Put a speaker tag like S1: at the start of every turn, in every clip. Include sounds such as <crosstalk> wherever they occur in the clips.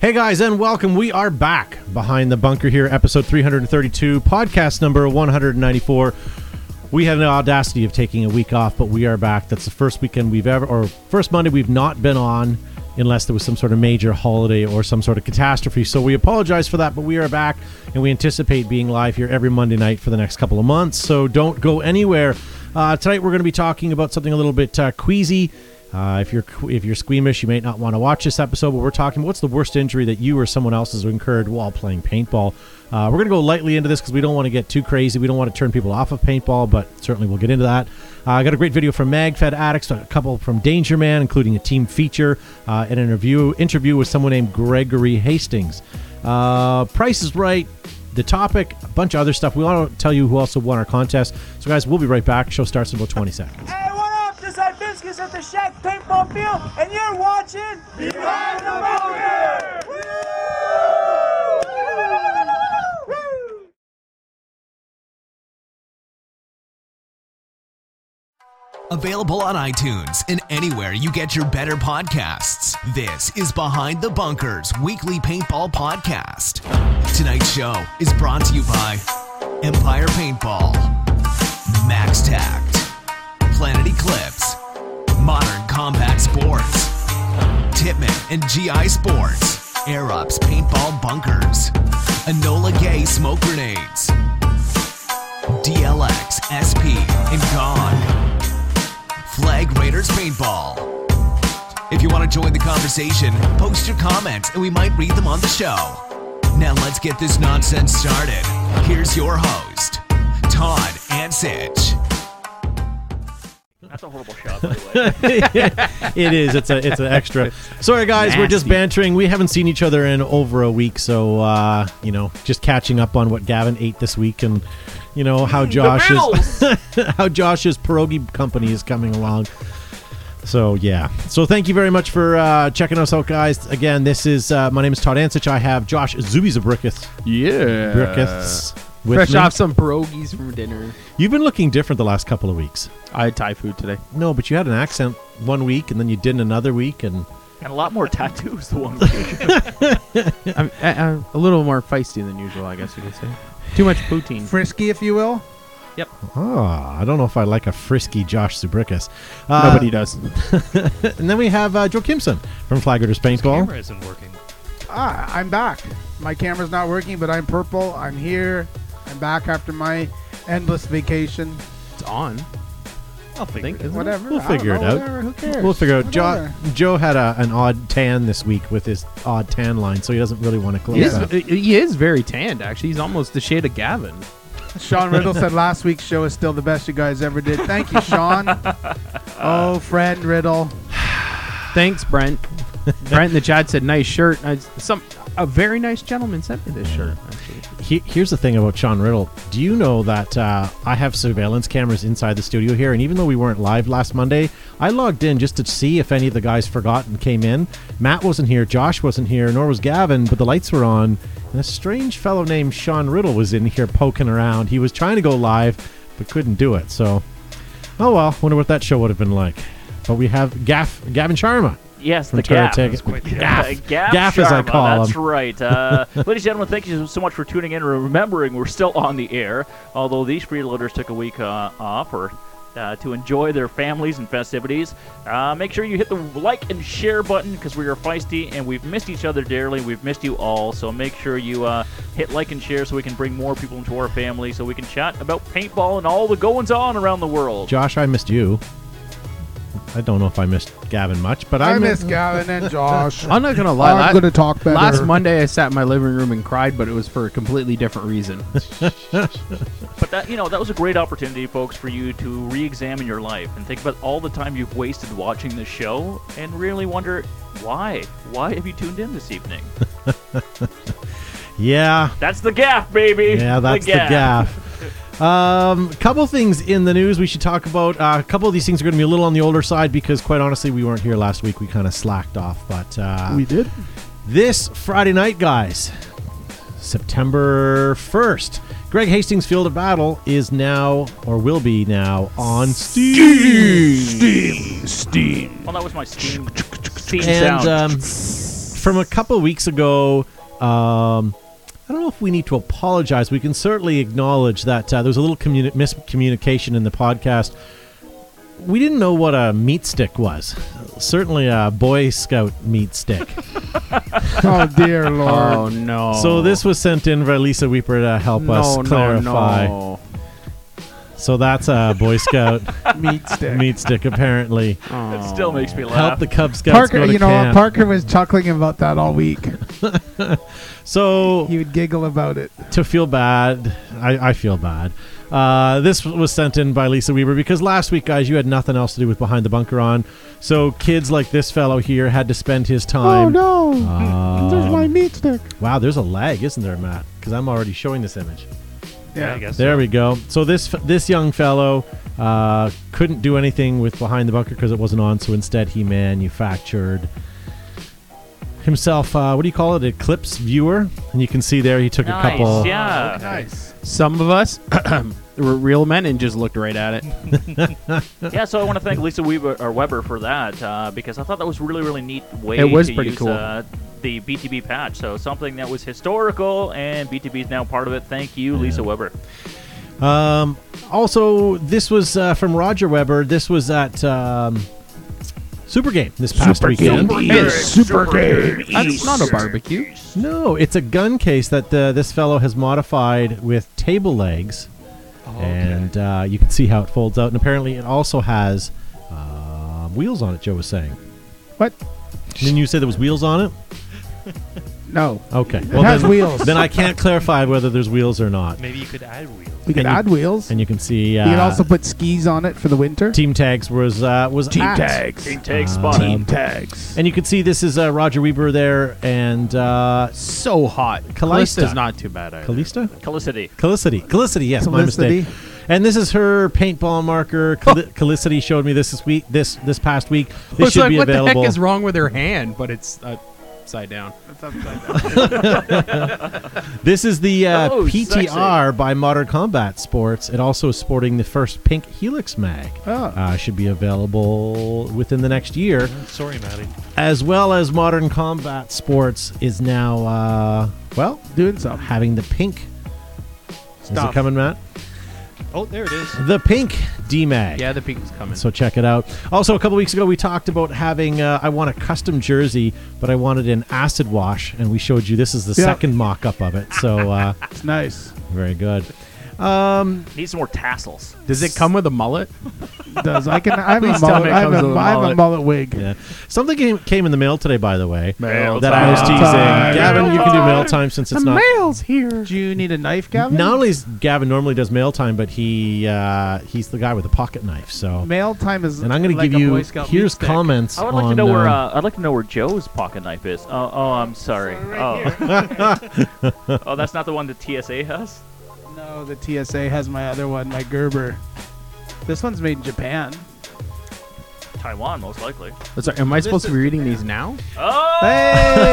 S1: Hey guys, and welcome. We are back behind the bunker here, episode 332, podcast number 194. We had an audacity of taking a week off, but we are back. That's the first weekend we've ever, or first Monday we've not been on, unless there was some sort of major holiday or some sort of catastrophe. So we apologize for that, but we are back, and we anticipate being live here every Monday night for the next couple of months. So don't go anywhere. Uh, tonight we're going to be talking about something a little bit uh, queasy. Uh, if you're if you're squeamish, you may not want to watch this episode. But we're talking what's the worst injury that you or someone else has incurred while playing paintball. Uh, we're gonna go lightly into this because we don't want to get too crazy. We don't want to turn people off of paintball, but certainly we'll get into that. Uh, I got a great video from Magfed Addicts, a couple from Danger Man, including a team feature uh, and an interview interview with someone named Gregory Hastings. Uh, Price is Right the topic, a bunch of other stuff. We want to tell you who also won our contest. So, guys, we'll be right back. Show starts in about 20 seconds.
S2: Hey, what up? This is Hibiscus at the Shack Paintball Field, and you're watching Behind the Bunker! Woo!
S3: Available on iTunes and anywhere you get your better podcasts. This is Behind the Bunkers weekly paintball podcast. Tonight's show is brought to you by Empire Paintball, Max Tact, Planet Eclipse, Modern Combat Sports, Tipman and GI Sports, Air Ups Paintball Bunkers, Enola Gay Smoke Grenades, DLX, SP, and Gone. Flag Raiders Paintball. If you want to join the conversation, post your comments and we might read them on the show. Now let's get this nonsense started. Here's your host, Todd Ansich.
S4: That's a horrible shot, by the way.
S1: <laughs> it is. It's a. It's an extra. <laughs> Sorry, guys. We're just bantering. We haven't seen each other in over a week, so uh, you know, just catching up on what Gavin ate this week, and you know how Josh is, <laughs> how Josh's pierogi company is coming along. So yeah. So thank you very much for uh, checking us out, guys. Again, this is uh, my name is Todd Ansich. I have Josh Zubizabrikis.
S5: Yeah.
S1: Brickeths. with
S5: Fresh
S1: me.
S5: off some pierogies from dinner.
S1: You've been looking different the last couple of weeks.
S5: I had Thai food today.
S1: No, but you had an accent one week and then you didn't another week and
S4: And a lot more tattoos, the one. week.
S5: I'm, I, I'm a little more feisty than usual, I guess you could say. Too much poutine.
S6: frisky, if you will.
S1: ah, I don't know if I like a frisky Josh Subricus. Uh,
S5: Nobody does.
S1: <laughs> And then we have uh, Joe Kimson from Flag Raiders Paintball.
S7: camera isn't working.
S6: Ah, I'm back. My camera's not working, but I'm purple. I'm here. I'm back after my endless vacation.
S5: It's on.
S7: I'll figure
S5: think
S7: it out.
S6: Whatever.
S1: We'll
S6: I
S1: figure
S6: don't
S1: it
S6: know,
S1: out.
S6: Whatever. Who cares?
S1: We'll figure out. Jo-
S6: Whatever.
S1: Joe had a, an odd tan this week with his odd tan line, so he doesn't really want to close
S5: He is, uh,
S1: that.
S5: he is very tanned, actually. He's almost the shade of Gavin.
S6: Sean Riddle said last week's show is still the best you guys ever did. Thank you,
S1: <laughs>
S6: Sean. oh, friend Riddle.
S5: Thanks, <laughs> Brent. Brent in the chat said, "Nice shirt." I, some a very nice gentleman sent me this shirt. Actually.
S1: He- here's the thing about Sean Riddle. Do you know that uh, I have surveillance cameras inside the studio here? And even though we weren't live last Monday, I logged in just to see if any of the guys forgot and came in. Matt wasn't here, Josh wasn't here, nor was Gavin, but the lights were on. And a strange fellow named Sean Riddle was in here poking around. He was trying to go live, but couldn't do it. So, oh well, wonder what that show would have been like. But we have Gaff, Gavin Sharma.
S4: yes,
S1: From
S4: the gap.
S1: Terra
S4: That's
S1: Tech-
S4: quite the-
S1: Gaff.
S4: the Gaff,
S1: Gaff, as I
S4: Sharma,
S1: call
S4: That's
S1: him. <laughs>
S4: right. Uh, ladies and gentlemen, thank you so much for tuning in. Remembering we're still on the air, although these freeloaders took a week uh, off or uh, to enjoy their families and festivities. Uh, make sure you hit the like and share button because we are feisty and we've missed each other dearly. We've missed you all, so make sure you uh, hit like and share so we can bring more people into our family so we can chat about paintball and all the goings on around the world.
S1: Josh, I missed you. I don't know if I missed Gavin much, but I,
S6: I
S1: mi-
S6: miss Gavin and
S1: <laughs>
S6: Josh.
S5: I'm not gonna lie.
S6: I'm
S5: la-
S6: gonna talk better.
S5: Last Monday, I sat in my living room and cried, but it was for a completely different reason.
S4: But that you know that was a great opportunity, folks, for you to re-examine your life and think about all the time you've wasted watching this show, and really wonder why. Why have you tuned in
S1: <laughs>
S4: this evening?
S1: Yeah,
S4: That's the gaff, baby. <laughs>
S1: Yeah, that's the gaff. Um, couple things in the news we should talk about. Uh, a couple of these things are going to be a little on the older side because, quite honestly, we weren't here last week. We kind of slacked off. But uh,
S6: <laughs> we did.
S1: this Friday night, guys, September 1st, Greg Hastings Field of Battle is now, or will be now, on Steam. <laughs>
S4: Well, that was my steam, steam
S1: And
S4: sound.
S1: um, from a couple weeks ago. Um, I don't know if we need to apologize. We can certainly acknowledge that uh, there was a little communi- miscommunication in the podcast. We didn't know what a meat stick was. Certainly a Boy Scout meat
S5: <laughs>
S1: stick.
S6: <laughs> Oh
S1: <laughs>
S6: dear lord.
S5: Oh no!
S1: So this was sent in by Lisa Weeper to help us
S5: No, no,
S1: clarify.
S5: no.
S1: So that's a Boy
S5: <laughs>
S1: Scout
S6: Meat stick.
S1: meat stick, apparently.
S4: It still makes me
S1: um, Help
S4: laugh.
S1: the Cub Scouts
S6: Parker,
S1: go to
S6: you know,
S1: camp.
S6: what? Parker was chuckling about that all week.
S1: so
S6: He would giggle about it.
S1: to feel bad. I, I feel bad. Uh, this was sent in by Lisa Weber because last week, guys, you had nothing else to do with Behind the Bunker on. So kids like this fellow here had to spend his time.
S6: oh no!
S1: Um,
S6: There's my meat stick.
S1: Wow, there's a lag, isn't there, Matt? Because I'm already showing this image.
S7: Yeah, I guess.
S1: There we go. So this f- this young fellow uh, couldn't do anything with Behind the Bunker because it wasn't on. So instead, he manufactured himself. Uh, what do you call it? Eclipse viewer. And you can see there he took
S4: nice,
S1: a couple.
S4: yeah.
S7: Nice.
S5: Some of us <clears throat> were real men and just looked right at it.
S4: yeah, so I want to thank Lisa Weber, or Weber for that uh, because I thought that was really, really neat way.
S5: It was
S4: to
S5: pretty
S4: use,
S5: cool.
S4: Uh, the BTB patch, so something that was historical, and BTB is now part of it. Thank you, Lisa Weber.
S1: Um, also, this was uh, from Roger Weber. This was at um, Super Game this past weekend.
S5: That's not a barbecue.
S1: No, it's a gun case that uh, this fellow has modified with table legs,
S6: Oh,
S1: and uh, you can see how it folds out. And apparently, it also has uh, wheels on it. Joe was saying.
S6: What?
S1: Didn't you say there was wheels on it?
S6: No.
S1: Okay.
S6: it has
S1: then,
S6: wheels.
S1: then I can't clarify whether there's wheels or not.
S7: Maybe you could add wheels.
S6: we could
S1: and you-
S6: add wheels.
S1: And you can see. Uh,
S6: you could also put skis on it for the winter.
S1: team tags was uh, was at.
S4: Team Tag Spot.
S1: Um,
S6: tags.
S1: And you can see this is uh, Roger Weber there and uh,
S5: So hot.
S1: Calista.
S5: Calista's not too bad either.
S1: Calista?
S4: Calicity.
S1: Calicity. Calicity, yes, my
S6: Calicity.
S1: mistake. And this is her paintball marker. Cali- Calicity showed me this this week, this this past week. This
S5: It's
S1: should
S5: Oh, like,
S1: be
S5: what
S1: available.
S5: the heck is wrong with her hand? But it's uh, upside down.
S1: This is the uh,
S4: Oh,
S1: PTR by Modern Combat Sports. It also is sporting the first pink Helix mag.
S6: Oh.
S1: Uh, should be available within the next year,
S7: Sorry, Maddie.
S1: as well as Modern Combat Sports is now uh, well
S6: Doing something.
S1: having the pink. Is it
S7: Stuff.
S1: coming, Matt?
S7: Oh, there it is.
S1: The pink D mag.
S5: Yeah, the peak is coming.
S1: So check it out. Also, a couple weeks ago, we talked about having. Uh, I want a custom jersey, but I wanted an acid wash, and we showed you this is the
S6: Yeah.
S1: second mock-up of it. So uh, <laughs>
S6: It's nice.
S1: very good.
S4: Need some more tassels.
S5: Does it come with a mullet?
S6: Does I can? I have a
S5: Please tell
S6: mullet.
S5: me it
S6: I have
S5: comes
S6: a,
S5: with a
S6: I have a
S5: mullet.
S6: mullet wig.
S1: Yeah. Something came, came in the mail today, by the way,
S5: Mail
S1: that I was teasing.
S6: time.
S1: Gavin,
S4: Mail
S1: you can do
S4: time.
S1: mail time since it's not.
S5: mail's here.
S6: Do you need a knife, Gavin?
S1: Not only is Gavin normally does mail time, but he uh, he's the guy with the pocket knife. So,
S6: Mail time is.
S1: and I'm going to
S6: like
S1: give
S6: a
S1: you
S6: Boy Scout meat
S1: here's
S6: stick.
S1: comments.
S4: I would like
S1: on,
S4: to know where.
S1: uh,
S4: Uh, I'd like to know where Joe's pocket knife is. Oh, oh I'm sorry. <laughs> oh. oh, that's not the one that TSA has.
S6: No, the TSA has my other one, my Gerber. This one's made in Japan.
S4: Taiwan, most likely.
S5: Sorry, am I supposed to be reading these now?
S4: Oh.
S6: Hey!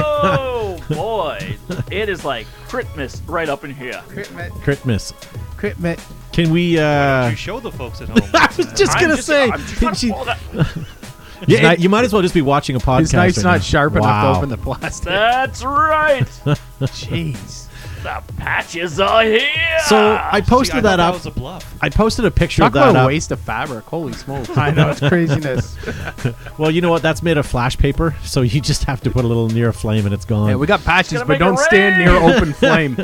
S4: Oh boy, it is like Christmas right up in here.
S6: <laughs> Critmit,
S1: Christmas.
S6: Critmit.
S1: Can we? Uh,
S7: you show the folks
S1: <laughs>
S7: at home. I was
S1: just gonna say,
S4: I'm just trying to
S1: she-
S4: pull that-
S1: yeah, it- you might as well just be watching a podcast.
S5: His knife's
S1: right now.
S5: not sharp enough
S1: Wow.
S5: to open the plastic.
S4: That's right.
S5: Jeez.
S4: the patches are here.
S1: So I posted
S7: Ah, I thought
S1: that
S7: that
S1: up.
S7: was a bluff.
S1: I posted a picture
S5: Talk
S1: of that
S5: about a
S1: up.
S5: waste of fabric. Holy smokes.
S6: I know it's craziness.
S1: Well, you know what? That's made of flash paper, <laughs> so you just have to put a little near a flame and it's gone.
S5: Yeah, we got patches,
S4: gonna
S5: but
S4: make it
S5: don't stand near
S4: <laughs>
S5: open flame.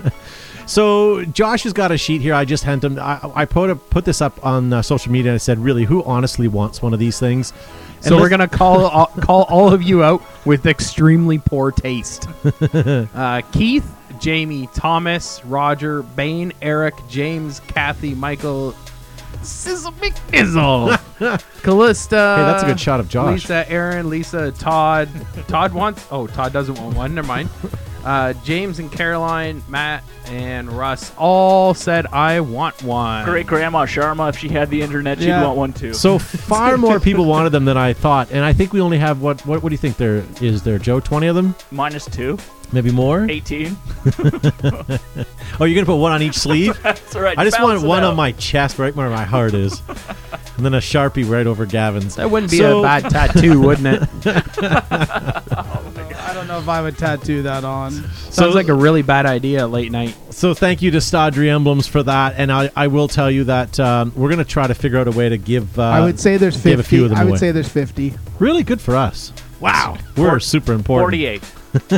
S1: so Josh has got a sheet here. I just sent him. I, I put a, put this up on uh, social media and I said, really, who honestly wants one of these things? And
S5: so we're
S1: this-
S5: gonna call all, call all of you out with extremely
S1: <laughs>
S5: poor taste. uh, Keith, Jamie, Thomas, Roger, Bain, Eric, James, Kathy, Michael,
S1: <laughs>
S5: Sizzle McNizzle, Callista.
S1: Hey, that's a good shot of Josh.
S5: Lisa, Aaron, Lisa, Todd. Todd wants. Oh, Todd doesn't want one.
S1: <laughs>
S5: Never mind. Uh, James and Caroline, Matt and Russ all said, "I want one."
S4: Great grandma Sharma, if she had the internet, she'd
S6: Yeah.
S4: want one
S1: <laughs>
S4: too.
S1: So far more people wanted them than I thought, and I think we only have what? What, what do you think there is there? Joe, twenty of them,
S4: Minus two,
S1: maybe more.
S4: 18.
S1: Oh, you're gonna put one
S7: <laughs>
S1: on each sleeve.
S4: That's all right.
S1: I just
S4: balance
S1: want
S4: it
S1: one
S4: out.
S1: on my chest, right where my heart is, and then a sharpie right over Gavin's.
S5: That wouldn't be
S1: So-
S5: <laughs> a bad tattoo, wouldn't it?
S6: I don't know know if I would tattoo that on.
S5: Sounds like a really bad idea late night.
S1: So thank you to Stodry Emblems for that, and I, I will tell you that um, we're going to try to figure out a way to give. Uh,
S6: I would say there's
S1: give
S6: 50.
S1: a few of them
S6: I would
S1: away.
S6: say there's 50.
S1: really good for us. Wow, we're super important.
S4: 48.
S1: <laughs>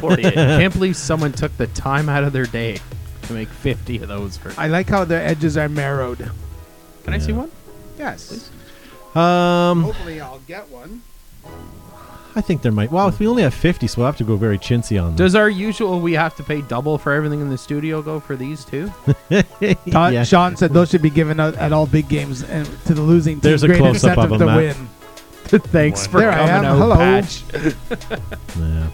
S4: 48.
S5: Can't believe someone took the time out of their day to make 50 of those for.
S6: I like how their edges are marrowed.
S5: Can I see one?
S6: Yes.
S1: Um,
S6: Hopefully I'll get one.
S1: I think there might. Well, if we only have fifty, so we'll have to go very chintzy on them.
S5: Does our usual we have to pay double for everything in the studio go for these too?
S6: Ta-
S1: Yeah.
S6: Sean said those should be given out at all big games and to the losing team.
S1: There's a
S6: Great
S1: close-up
S6: incentive
S1: of
S6: to
S1: them, Matt.
S6: win. <laughs>
S5: Thanks for
S6: There I
S5: coming
S6: am.
S5: out,
S6: Hello.
S5: <laughs> Patch.
S1: Yeah.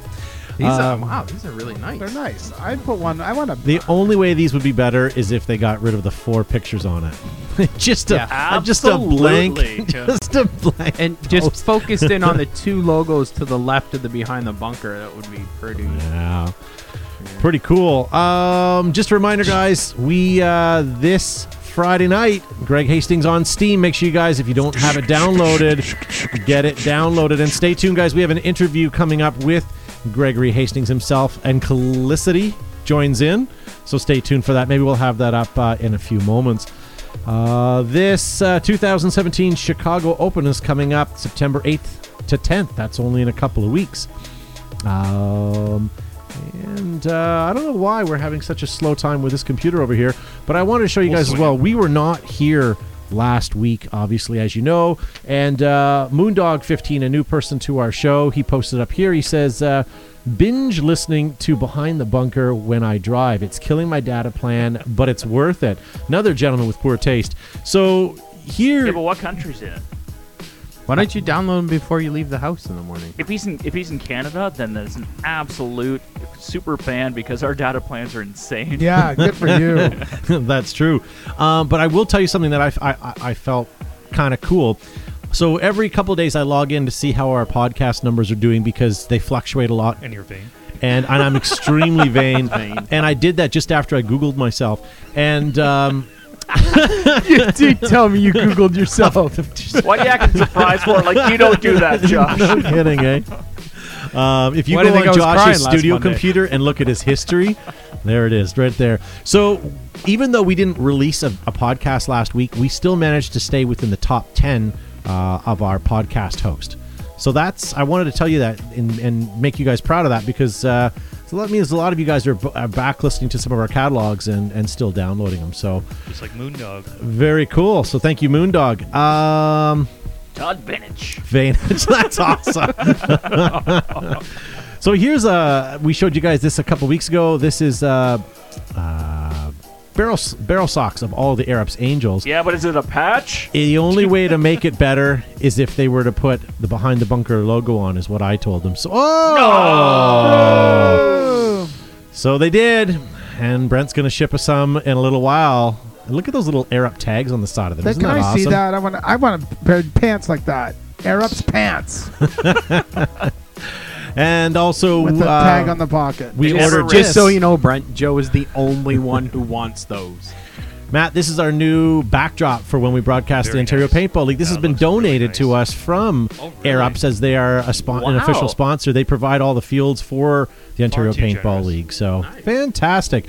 S5: These
S1: Um,
S5: are wow, these are really nice.
S6: They're nice. I put one. I want to.
S1: The only way these would be better is if they got rid of the four pictures on it. <laughs> just a
S4: Yeah,
S1: just a blank,
S4: absolutely. Yeah.
S1: <laughs> just a blank.
S5: And just
S1: Post.
S5: focused in <laughs> on the two logos to the left of the behind the bunker. That would be pretty.
S1: Yeah. Pretty cool. Um, just a reminder, guys, we uh, this Friday night, Greg Hastings on Steam. Make sure you guys, if you don't have it downloaded, get it downloaded. And stay tuned, guys. We have an interview coming up with Gregory Hastings himself, and Calicity joins in. So stay tuned for that. Maybe we'll have that up uh, in a few moments. Uh, this uh, 2017 Chicago Open is coming up September 8th to 10th. That's only in a couple of weeks. Um, and uh, I don't know why we're having such a slow time with this computer over here, but I wanted to show you guys as well. We were not here last week, obviously, as you know. And uh, Moondog15, a new person to our show, he posted up here. He says, uh, Binge listening to Behind the Bunker when I drive. It's killing my data plan, but it's worth it. Another gentleman with poor taste. So here.
S4: yeah, but what country's in it?
S5: Why don't you download them before you leave the house in the morning?
S4: If he's in if he's in Canada, then that's an absolute super fan because our data plans are insane.
S6: Yeah, good for
S1: <laughs>
S6: you.
S1: That's true. Um, but I will tell you something that I, I, I- I felt kind of cool. So every couple of days, I log in to see how our podcast numbers are doing because they fluctuate a lot
S7: And your vein.
S1: and, and I'm extremely vain. And I did that just after I Googled myself. And um,
S5: <laughs> Dude, tell me you googled <laughs> yourself.
S4: <laughs> What are you acting surprised for? Like you don't do
S1: <laughs>
S4: that, Josh.
S1: no kidding, eh? Um, if you
S5: Why do
S1: go
S5: you think I
S1: on
S5: was crying
S1: Josh's
S5: last
S1: studio
S5: Monday?
S1: computer and look at his history, there it is, right there. So even though we didn't release a, a podcast last week, we still managed to stay within the top ten uh, of our podcast host. So that's I wanted to tell you that and, and make you guys proud of that because uh, so that means a lot of you guys are, b- are back listening to some of our catalogs and, and still downloading them. So
S7: Just like Moondog.
S1: very cool. So thank you, Moondog. Um,
S4: Todd Bennett.
S1: vein. <laughs> That's awesome. so here's a we showed you guys this a couple weeks ago. This is uh, uh, barrel barrel socks of all the Arabs Angels.
S4: Yeah, but is it a patch?
S1: The only way to make it better is if they were to put the behind the bunker logo on, is what I told them. So oh, so they did, and Brent's gonna ship us some in a little while. And look at those little Arab tags on the side of them.
S6: Then
S1: Isn't
S6: can
S1: that
S6: I
S1: awesome?
S6: see that? I want. I want a pair of pants like that. Arab's pants
S1: And also
S6: with the
S1: uh,
S6: tag on the pocket.
S1: we
S4: Just-
S1: ordered
S5: Just so
S1: this.
S5: you know, Brent, Joe is the only one who
S1: <laughs>
S5: wants those.
S1: Matt, this is our new backdrop for when we broadcast the
S7: Very
S1: Ontario
S7: nice.
S1: Paintball League. This
S7: That
S1: has been
S7: looks really
S1: donated to
S7: nice.
S1: us from
S7: Oh,
S1: Air
S7: really?
S1: Ups as they are a spon- an
S4: Wow.
S1: official sponsor. They provide all the fields for the Ontario
S7: too
S1: Paintball
S7: generous.
S1: League. So fantastic.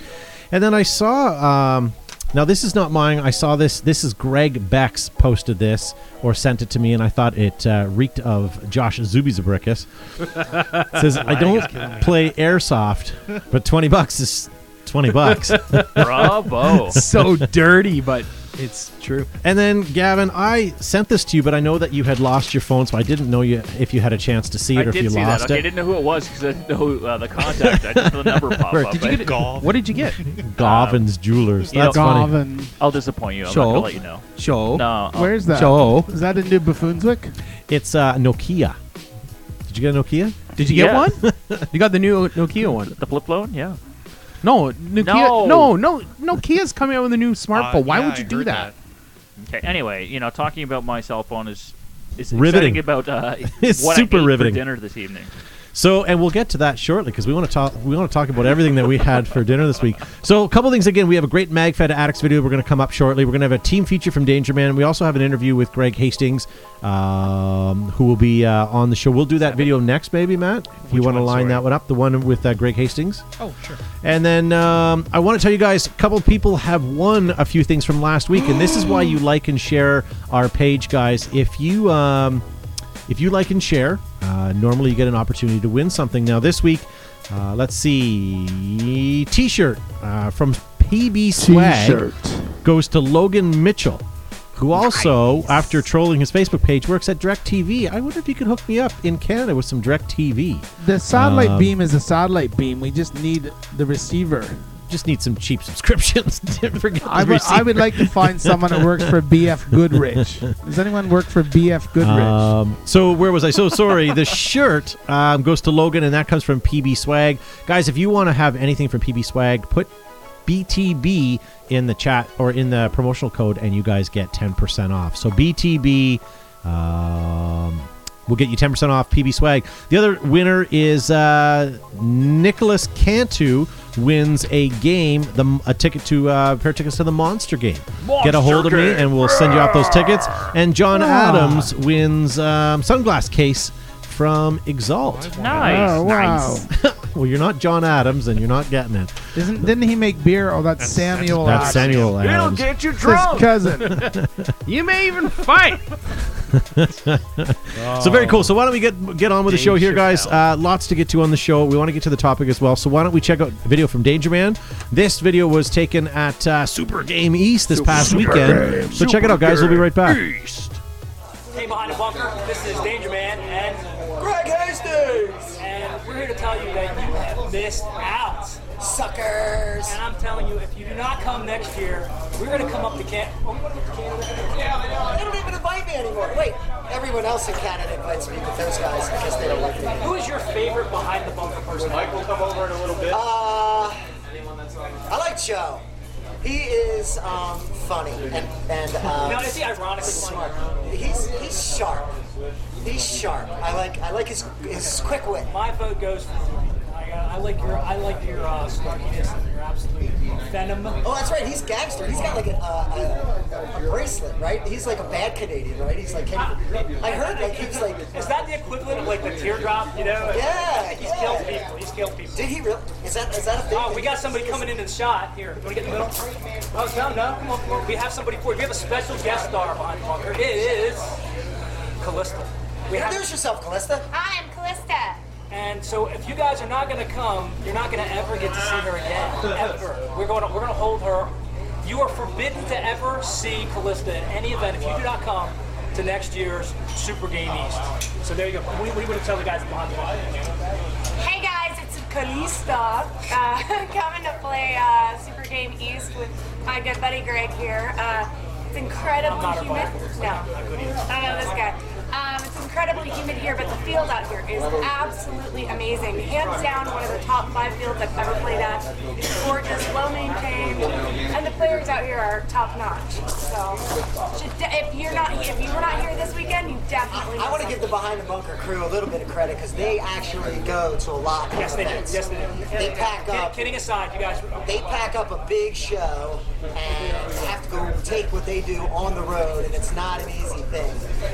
S1: And then I saw. Um, now this is not mine. I saw this. This is Greg Beck's posted this or sent it to me, and I thought it uh, reeked of Josh
S7: <laughs>
S1: Zubizabrickus. It says I don't play airsoft, but twenty bucks is twenty bucks.
S7: <laughs>
S1: <laughs>
S4: Bravo.
S5: So dirty, but it's true.
S1: And then Gavin, I sent this to you, but I know that you had lost your phone, so I didn't know you if you had a chance to see it
S4: I
S1: or if you
S4: did see that.
S1: lost
S4: Okay, I
S1: it.
S4: didn't know who it was because I didn't know who, uh, the contact. I just saw the
S1: <laughs>
S4: number pop up.
S5: Did you get it?
S7: Golf.
S5: What did you get?
S1: Govan's Jewelers.
S4: you know-
S1: That's funny.
S6: Garvin.
S4: I'll disappoint you. I'm not
S5: Sure.
S4: gonna let you know. Uh,
S5: Show.
S4: No. I'll-
S6: Where's that?
S5: Show.
S6: Is that in New Buffoonswick?
S1: It's uh, Nokia. Did you get a Nokia?
S5: Did you get
S4: Yeah.
S5: one?
S1: <laughs>
S5: You got the new Nokia one.
S4: the flip phone? Yeah.
S5: No, Nokia. No,
S4: No.
S5: no, Nokia's coming out with a new smartphone.
S7: Uh,
S5: Why
S7: yeah,
S5: would you
S7: I
S5: do
S7: heard
S5: that?
S4: Okay. Anyway, you know, talking about my cell phone is is
S1: Riveting.
S4: exciting about uh,
S1: <laughs> It's
S4: what I
S1: super
S4: ate for
S1: riveting.
S4: dinner this evening.
S1: So, and we'll get to that shortly because we want to talk. We want to talk about everything that we had for dinner this week. So, a couple things again. We have a great MagFed Addicts video. We're going to come up shortly. We're going to have a team feature from Danger Man. We also have an interview with Greg Hastings, um, who will be uh, on the show. We'll do that video next, maybe Matt. If you
S7: Which
S1: want to
S7: one?
S1: line
S7: Sorry.
S1: that one up, the one with uh, Greg Hastings.
S7: Oh, sure.
S1: And then um, I want to tell you guys, a couple people have won a few things from last week, and this is why you like and share our page, guys. If you um, if you like and share, uh, normally you get an opportunity to win something. Now this week, uh, let's see, T-shirt uh, from PB Swag goes to Logan Mitchell, who also, after trolling his Facebook page, works at DirecTV. I wonder if you could hook me up in Canada with some DirecTV.
S6: The satellite
S1: Um,
S6: beam is a satellite beam. We just need the
S1: <laughs>
S6: receiver.
S1: Just need some cheap <laughs> subscriptions. Didn't forget the
S6: I would, I
S1: receiver.
S6: would like to find someone that works for BF Goodrich. Does anyone work for BF Goodrich?
S1: Um, so where was I? So sorry. the shirt um, goes to Logan, and that comes from PB Swag. Guys, if you want to have anything from PB Swag, put BTB in the chat or in the promotional code, and you guys get ten percent off. So BTB. Um, We'll get you 10% off PB Swag. The other winner is uh, Nicholas Cantu wins a game, the, a ticket to uh, pair of tickets to the Monster Game. get a hold of me, and we'll send you out those tickets. And John Adams wins um, sunglass case from Exalt.
S4: Nice.
S6: oh, wow.
S1: Well, you're not John Adams, and you're not getting it.
S6: Isn't, didn't he make beer? Oh, that's,
S7: That's-
S6: Samuel.
S1: That's
S6: Adams.
S1: Samuel
S2: It'll
S1: Adams.
S2: get you
S6: His
S2: drunk.
S6: cousin.
S5: You
S6: <laughs>
S5: may even fight.
S1: So very cool. So why don't we get get on with the show here,
S7: Dave
S1: guys? Uh, lots to get to on the show. We want to get to the topic as well. So why don't we check out a video from Danger Man? This video was taken at uh, Super Game East this past weekend. So check it out, guys. We'll be right back.
S8: Hey, behind the bunker, this is Danger Man, and
S2: Greg Hastings!
S8: and we're here to tell you that you have missed out, suckers. And I'm telling you, if you do not come next year, we're gonna come up to Can. Oh, we wanna go to Canada.
S9: They don't even invite me anymore. Wait, everyone else in Canada invites me, but those guys, I guess they don't like me.
S8: Who is your favorite behind the bunker person? Michael, come over in a little bit.
S9: Uh, I like Joe. He is um, funny and and
S8: No,
S9: uh,
S8: is he ironically
S9: smart.
S8: smart?
S9: He's he's sharp. He's sharp. I like I like his his quick wit.
S8: My vote goes for you. I, uh, I like your I like your uh, snarkiness and your absolute venom.
S9: Oh, that's right. He's gangster. He's got like a, a, a, a bracelet, right? He's like a bad Canadian, right? He's like
S8: I,
S9: I heard like he was like.
S8: Is that the equivalent of like the teardrop? You know?
S9: Yeah,
S8: He's
S9: yeah.
S8: killed people. He's killed people.
S9: Did he really? Is that is that a thing?
S8: Oh, we got somebody coming in and shot. Here, you want to get in the middle? Oh, no, no, come on, come on. We have somebody for you. We have a special guest star behind the bunker. It is Callista. We have,
S9: Introduce yourself, Callista.
S10: Hi, I'm Callista.
S8: and so if you guys are not going to come, you're not going to ever get to see her again. Ever. We're going to we're going to hold her. You are forbidden to ever see Callista at any event if you do not come to next year's Super Game East. So there you go. What do you, what do you want to tell the guys behind the bunker?
S10: Hey guys, it's Callista. Uh, <laughs> coming to play uh, Super Game East with my good buddy Greg here. Uh, it's incredibly
S8: Not a
S10: humid. No, I know this guy. Um, it's incredibly humid here, but the field out here is absolutely amazing. Hands down, one of the top five fields I've ever played at. It's gorgeous, well maintained, and the players out here are top notch. So, should de- if you're not if you were not here this weekend, you definitely.
S9: I want to
S10: missed
S9: give the Behind the Bunker crew a little bit of credit because they actually go to a lot of
S8: Yes, they do.
S9: events.
S8: Yes, they do.
S9: They pack
S8: Kid-
S9: up.
S8: Kidding aside, you guys.
S9: They pack up a big show and have to go take what they do on the road, and it's not an easy thing.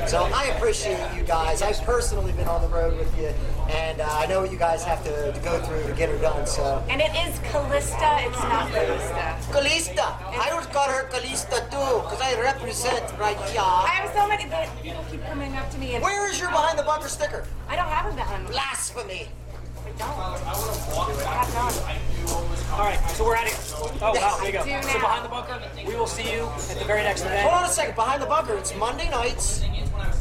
S9: So I appreciate you guys. I've personally been on the road with you, and uh, I know what you guys have to, to go through to get her done. So
S10: And it is Callista, it's not Callista.
S9: Calista, I would call her Calista too because I represent right
S10: I
S9: here.
S10: have so many, but people keep coming up to me and
S9: Where is your Behind the Bunker sticker?
S10: I don't have them behind me.
S9: Blasphemy!
S10: I don't. I have none.
S8: All right, so we're out of here. Oh, wow, there you go.
S10: I do
S8: So
S10: now.
S8: behind the bunker, we will see you at the very next event.
S9: Hold on a second. Behind the bunker, it's Monday nights,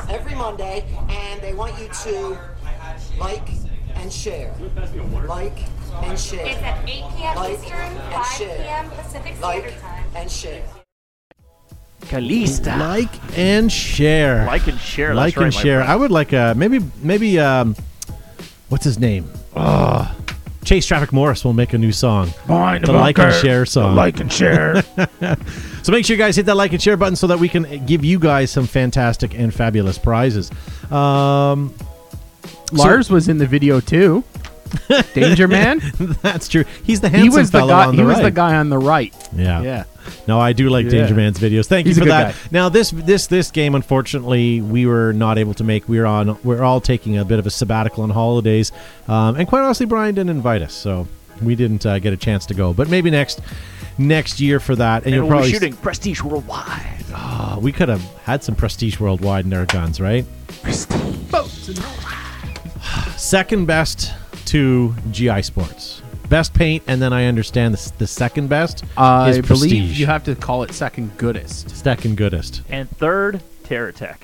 S9: every Monday, and they want you to like and share, like and
S10: It's
S9: share,
S10: at 8 p.m.
S9: Like
S10: Eastern,
S9: and
S10: 5
S9: share.
S10: p.m. Pacific
S9: like
S10: Standard Time.
S9: and share.
S4: Kalista.
S1: Like and share.
S4: Like and share.
S1: Like
S4: that's right,
S1: and
S4: my
S1: share.
S4: friend.
S1: I would like uh, maybe maybe um, what's his name? Oh, Chase Traffic Morris will make a new song.
S6: Behind
S1: The like and share song.
S6: Like and share.
S1: So make sure you guys hit that like and share button so that we can give you guys some fantastic and fabulous prizes. Um,
S5: Lars was in the
S1: <laughs>
S5: video too. Danger Man.
S1: <laughs> That's true. He's the handsome
S5: he was the
S1: fella
S5: guy.
S1: on the
S5: he was
S1: right.
S5: the guy on the right.
S1: Yeah.
S5: Yeah.
S1: No, I do like
S5: Yeah.
S1: Danger Man's videos. Thank
S5: He's
S1: you
S5: a
S1: for
S5: good
S1: that.
S5: guy.
S1: Now this this this game, unfortunately, we were not able to make. We're on. We're all taking a bit of a sabbatical on holidays, um, and quite honestly, Brian didn't invite us, so we didn't uh, get a chance to go. But maybe next next year for that, and,
S4: And
S1: you'll
S4: we're
S1: probably
S4: shooting Prestige Worldwide.
S1: Ah, we could have had some prestige worldwide in our guns, right? <sighs> second best to GI Sports. Best paint, and then I understand the, s- the second best
S5: I
S1: is
S5: believe
S1: prestige.
S5: you have to call it second goodest.
S1: second goodest.
S4: And third, Terratech.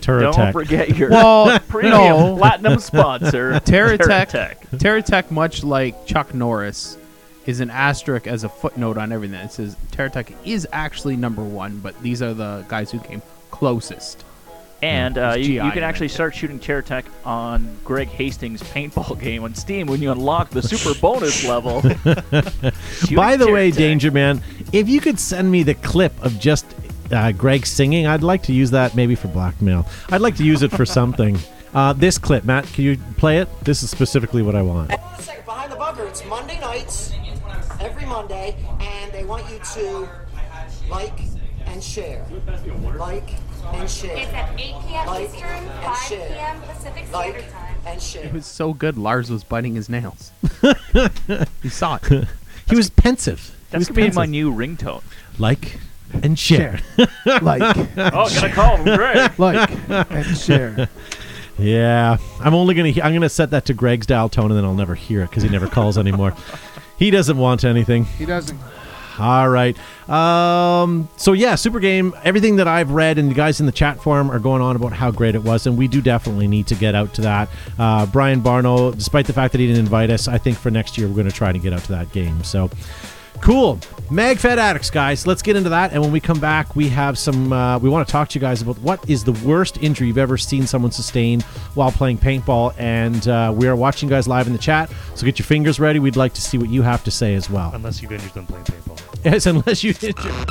S1: Turretech.
S4: Don't
S1: <laughs>
S4: forget your
S5: Well,
S4: premium
S5: <laughs> no.
S4: platinum sponsor,
S5: Terratech. Terratech, much like Chuck Norris, is an asterisk as a footnote on everything. It says Terratech is actually number one, but these are the guys who came closest.
S4: And uh,
S5: It's
S4: you, you
S5: GI
S4: can actually
S5: right there.
S4: start shooting Terratech on Greg Hastings' paintball <laughs> game on Steam when you unlock
S1: <laughs>
S4: the super bonus level. Shoot
S1: By the way,
S4: Terratech.
S1: Danger Man, if you could send me the clip of just uh, Greg singing, I'd like to use that maybe for blackmail. I'd like to use
S4: <laughs>
S1: it for something. Uh, this clip, Matt, can you play it? This is specifically what I want. <laughs>
S9: Hold on a second. Behind the bunker, it's Monday nights, every Monday, and they want you to like and share. Like and
S10: It's
S9: share.
S10: at 8 p.m.
S9: Like
S10: Eastern,
S9: and
S10: 5
S9: share.
S10: p.m. Pacific
S9: Like
S10: Standard Time.
S9: and share.
S5: It was so good, Lars was biting his nails. you saw
S1: Um,
S5: it.
S1: He was pensive. He
S4: That's
S1: was
S4: going to be my
S1: pensive. <laughs>
S4: new ringtone.
S1: like and share.
S6: <laughs> like,
S4: Oh, got a call from Greg.
S6: like, and share.
S1: <laughs> yeah, I'm only gonna he- I'm gonna set that to Greg's dial tone, and then I'll never hear it because he never calls
S4: <laughs>
S1: anymore. he doesn't want anything.
S6: He doesn't.
S1: All right. Um, so yeah, super game. Everything that I've read and the guys in the chat forum are going on about how great it was, and we do definitely need to get out to that. Uh, Brian Barno, despite the fact that he didn't invite us, I think for next year we're going to try to get out to that game. So cool, MagFed addicts, guys. Let's get into that, and when we come back, we have some. Uh, we want to talk to you guys about what is the worst injury you've ever seen someone sustain while playing paintball, and uh, we are watching you guys live in the chat. So get your fingers ready. We'd like to see what you have to say as well.
S7: Unless you've injured them playing paintball.
S1: <laughs> Yes, unless you did. your-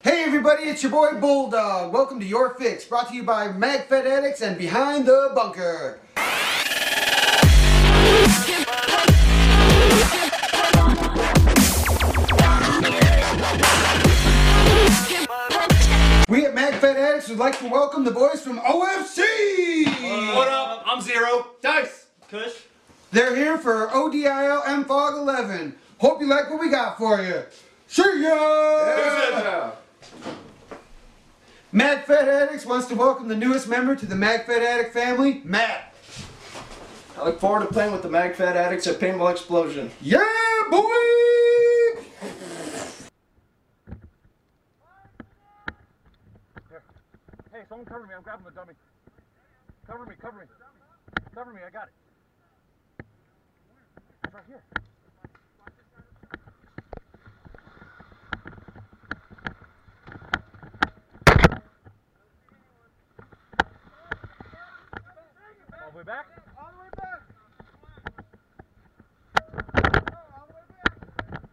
S9: Hey everybody, it's your boy Bulldog. Welcome to Your Fix, brought to you by MagFed Addicts and Behind the Bunker. We at MagFed Addicts would like to welcome the boys from OFC!
S11: What up? I'm Zero. Dice. Kush.
S9: They're here for ODIL MFOG 11. Hope you like what we got for you. See ya! MagFed Addicts wants to welcome the newest member to the MagFed Addict family, Matt.
S11: I look forward to playing with the MagFed addicts at Paintball Explosion.
S9: Yeah, boy!
S2: Hey, someone cover me. I'm grabbing the dummy. Cover me, cover me. Cover me, I got it. It's right here. All the way back? All the way back! All the way back!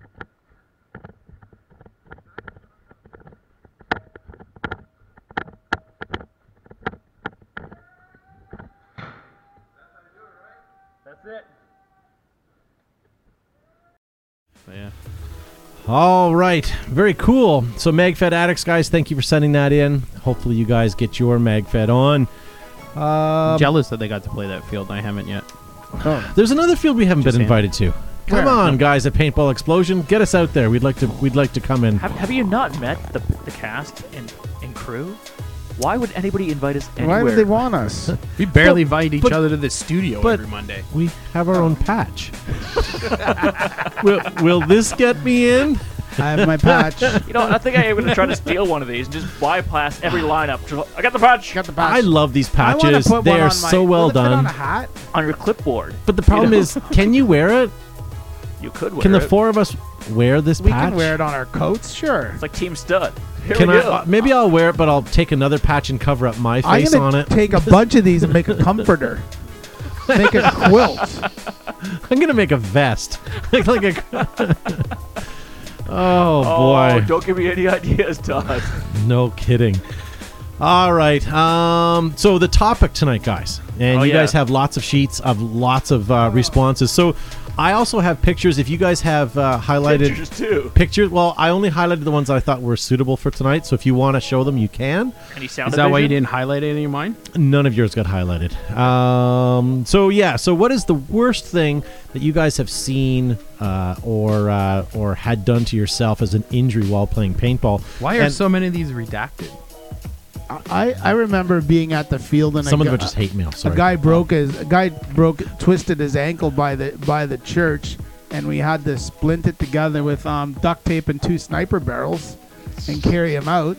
S2: That's it.
S1: All right, very cool. So MagFed addicts, guys, thank you for sending that in. Hopefully, you guys get your MagFed on.
S5: I'm jealous that they got to play that field. and I haven't yet.
S1: There's another field we haven't been
S5: saying.
S1: invited to. Come on, guys! At Paintball Explosion, get us out there. We'd like to. We'd like to come in.
S4: Have, have you not met the, the cast and, and crew? Why would anybody invite us anywhere?
S6: Why would they want us?
S5: We barely
S1: But-
S5: invite each
S1: but-
S5: other to the studio
S1: but-
S5: every Monday.
S1: We have our own patch. <laughs> will, will this get me in?
S6: I have
S1: <laughs>
S6: my patch.
S4: You know, I think I'm going to try to steal one of these and just bypass every lineup. Just, I got the punch
S6: Got the patch.
S1: I love these
S6: I wanna
S1: patches.
S6: put
S1: They
S6: one
S1: are
S6: on my-
S1: so well
S6: will it fit On
S1: done.
S6: a hat?
S4: on your clipboard.
S1: But the problem
S4: know?
S1: is, can you wear it?
S4: You could wear
S1: Can the
S4: it.
S1: four of us wear this
S6: We
S1: patch?
S6: can wear it on our coats, sure.
S4: It's like Team Stud. Here
S1: Can
S4: we
S1: I?
S4: go.
S1: uh, maybe I'll wear it, but I'll take another patch and cover up my
S6: I'm
S1: face
S6: gonna
S1: on it.
S6: take a bunch of these and make a comforter. make a
S1: <laughs>
S6: quilt.
S1: I'm gonna make a vest, like, like a. <laughs> Oh, boy.
S4: Don't give me any <laughs> ideas, Todd.
S1: No kidding. All right. Um, so the topic tonight, guys, and
S4: Oh,
S1: you
S4: yeah.
S1: guys have lots of sheets of lots of uh, responses. So I also have pictures. If you guys have uh, highlighted
S4: Pictures, too.
S1: pictures- well, I only highlighted the ones I thought were suitable for tonight. So if you want to show them, you can.
S4: Any sound
S5: Is that why you
S4: vision?
S5: didn't highlight any of mine?
S1: None of yours got highlighted. Um, so yeah. So what is the worst thing that you guys have seen uh, or uh, or had done to yourself as an injury while playing paintball?
S5: Why are
S1: And-
S5: so many of these redacted?
S6: I, I remember being at the field and
S1: Some
S6: a
S1: of
S6: gu-
S1: it just hate Oh. mail, sorry.
S6: A guy broke his a guy broke twisted his ankle by the by the church, and we had to splint it together with um, duct tape and two sniper barrels, and carry him out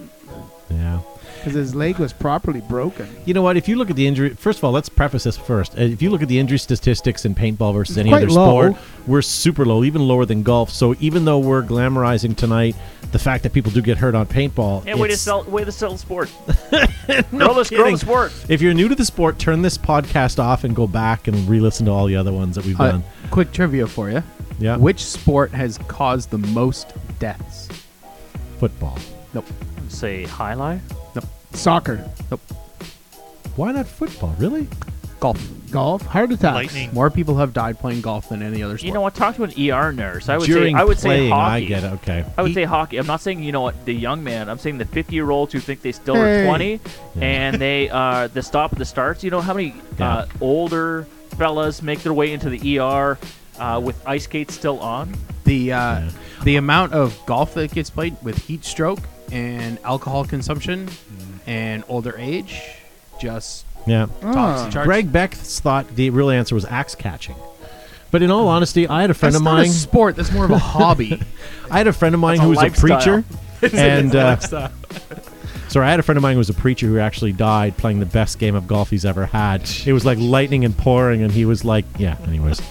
S1: yeah.
S6: because his leg was properly broken.
S1: You know what? If you look at the injury, first of all, let's preface this first. Uh, If you look at the injury statistics in paintball versus any
S6: quite
S1: other
S6: low.
S1: sport, we're super low, even lower than golf. So even though we're glamorizing tonight the fact that people do get hurt on paintball,
S4: And way to
S1: it's-
S4: sell, way to sell
S1: <laughs>
S4: sport.
S1: No
S4: grow this, grow
S1: kidding.
S4: this sport.
S1: If you're new to the sport, turn this podcast off and go back and re-listen to all the other ones that we've
S5: Uh,
S1: done.
S5: quick trivia for you.
S1: Yeah.
S5: Which sport has caused the most deaths?
S1: Football.
S5: Nope.
S4: Say high lie.
S5: Nope.
S6: Soccer,
S5: Nope.
S1: Why not football? Really?
S5: Golf.
S6: golf, heart attacks.
S7: Lightning.
S5: More people have died playing golf than any other sport.
S4: You know what? Talk to an ER nurse. I would
S1: During
S4: say. I would say
S1: playing,
S4: hockey.
S1: I get it. Okay.
S4: I would
S5: He-
S4: say hockey. I'm not saying you know what the young man. I'm saying the 50 year olds who think they still
S6: Hey.
S4: are 20, and they are the stop at the starts. You know how many
S1: Yeah.
S4: uh, older fellas make their way into the ER uh, with ice skates still on?
S5: the uh, the amount of golf that gets played with heat stroke and alcohol consumption and older age just
S1: Yeah.
S5: tops the charts.
S1: Greg Beck thought the real answer was axe catching. But in
S4: Hmm.
S1: all honesty, I had a friend
S5: that's
S1: of
S5: not
S1: mine.
S5: a sport. That's more of a hobby.
S1: I had a friend of mine
S4: That's a
S1: who was a
S4: lifestyle. <laughs>
S1: preacher, and uh, <laughs> sorry, I had a friend of mine who was a preacher who actually died playing the best game of golf he's ever had. It was like lightning and pouring, and he was like, yeah. Anyways,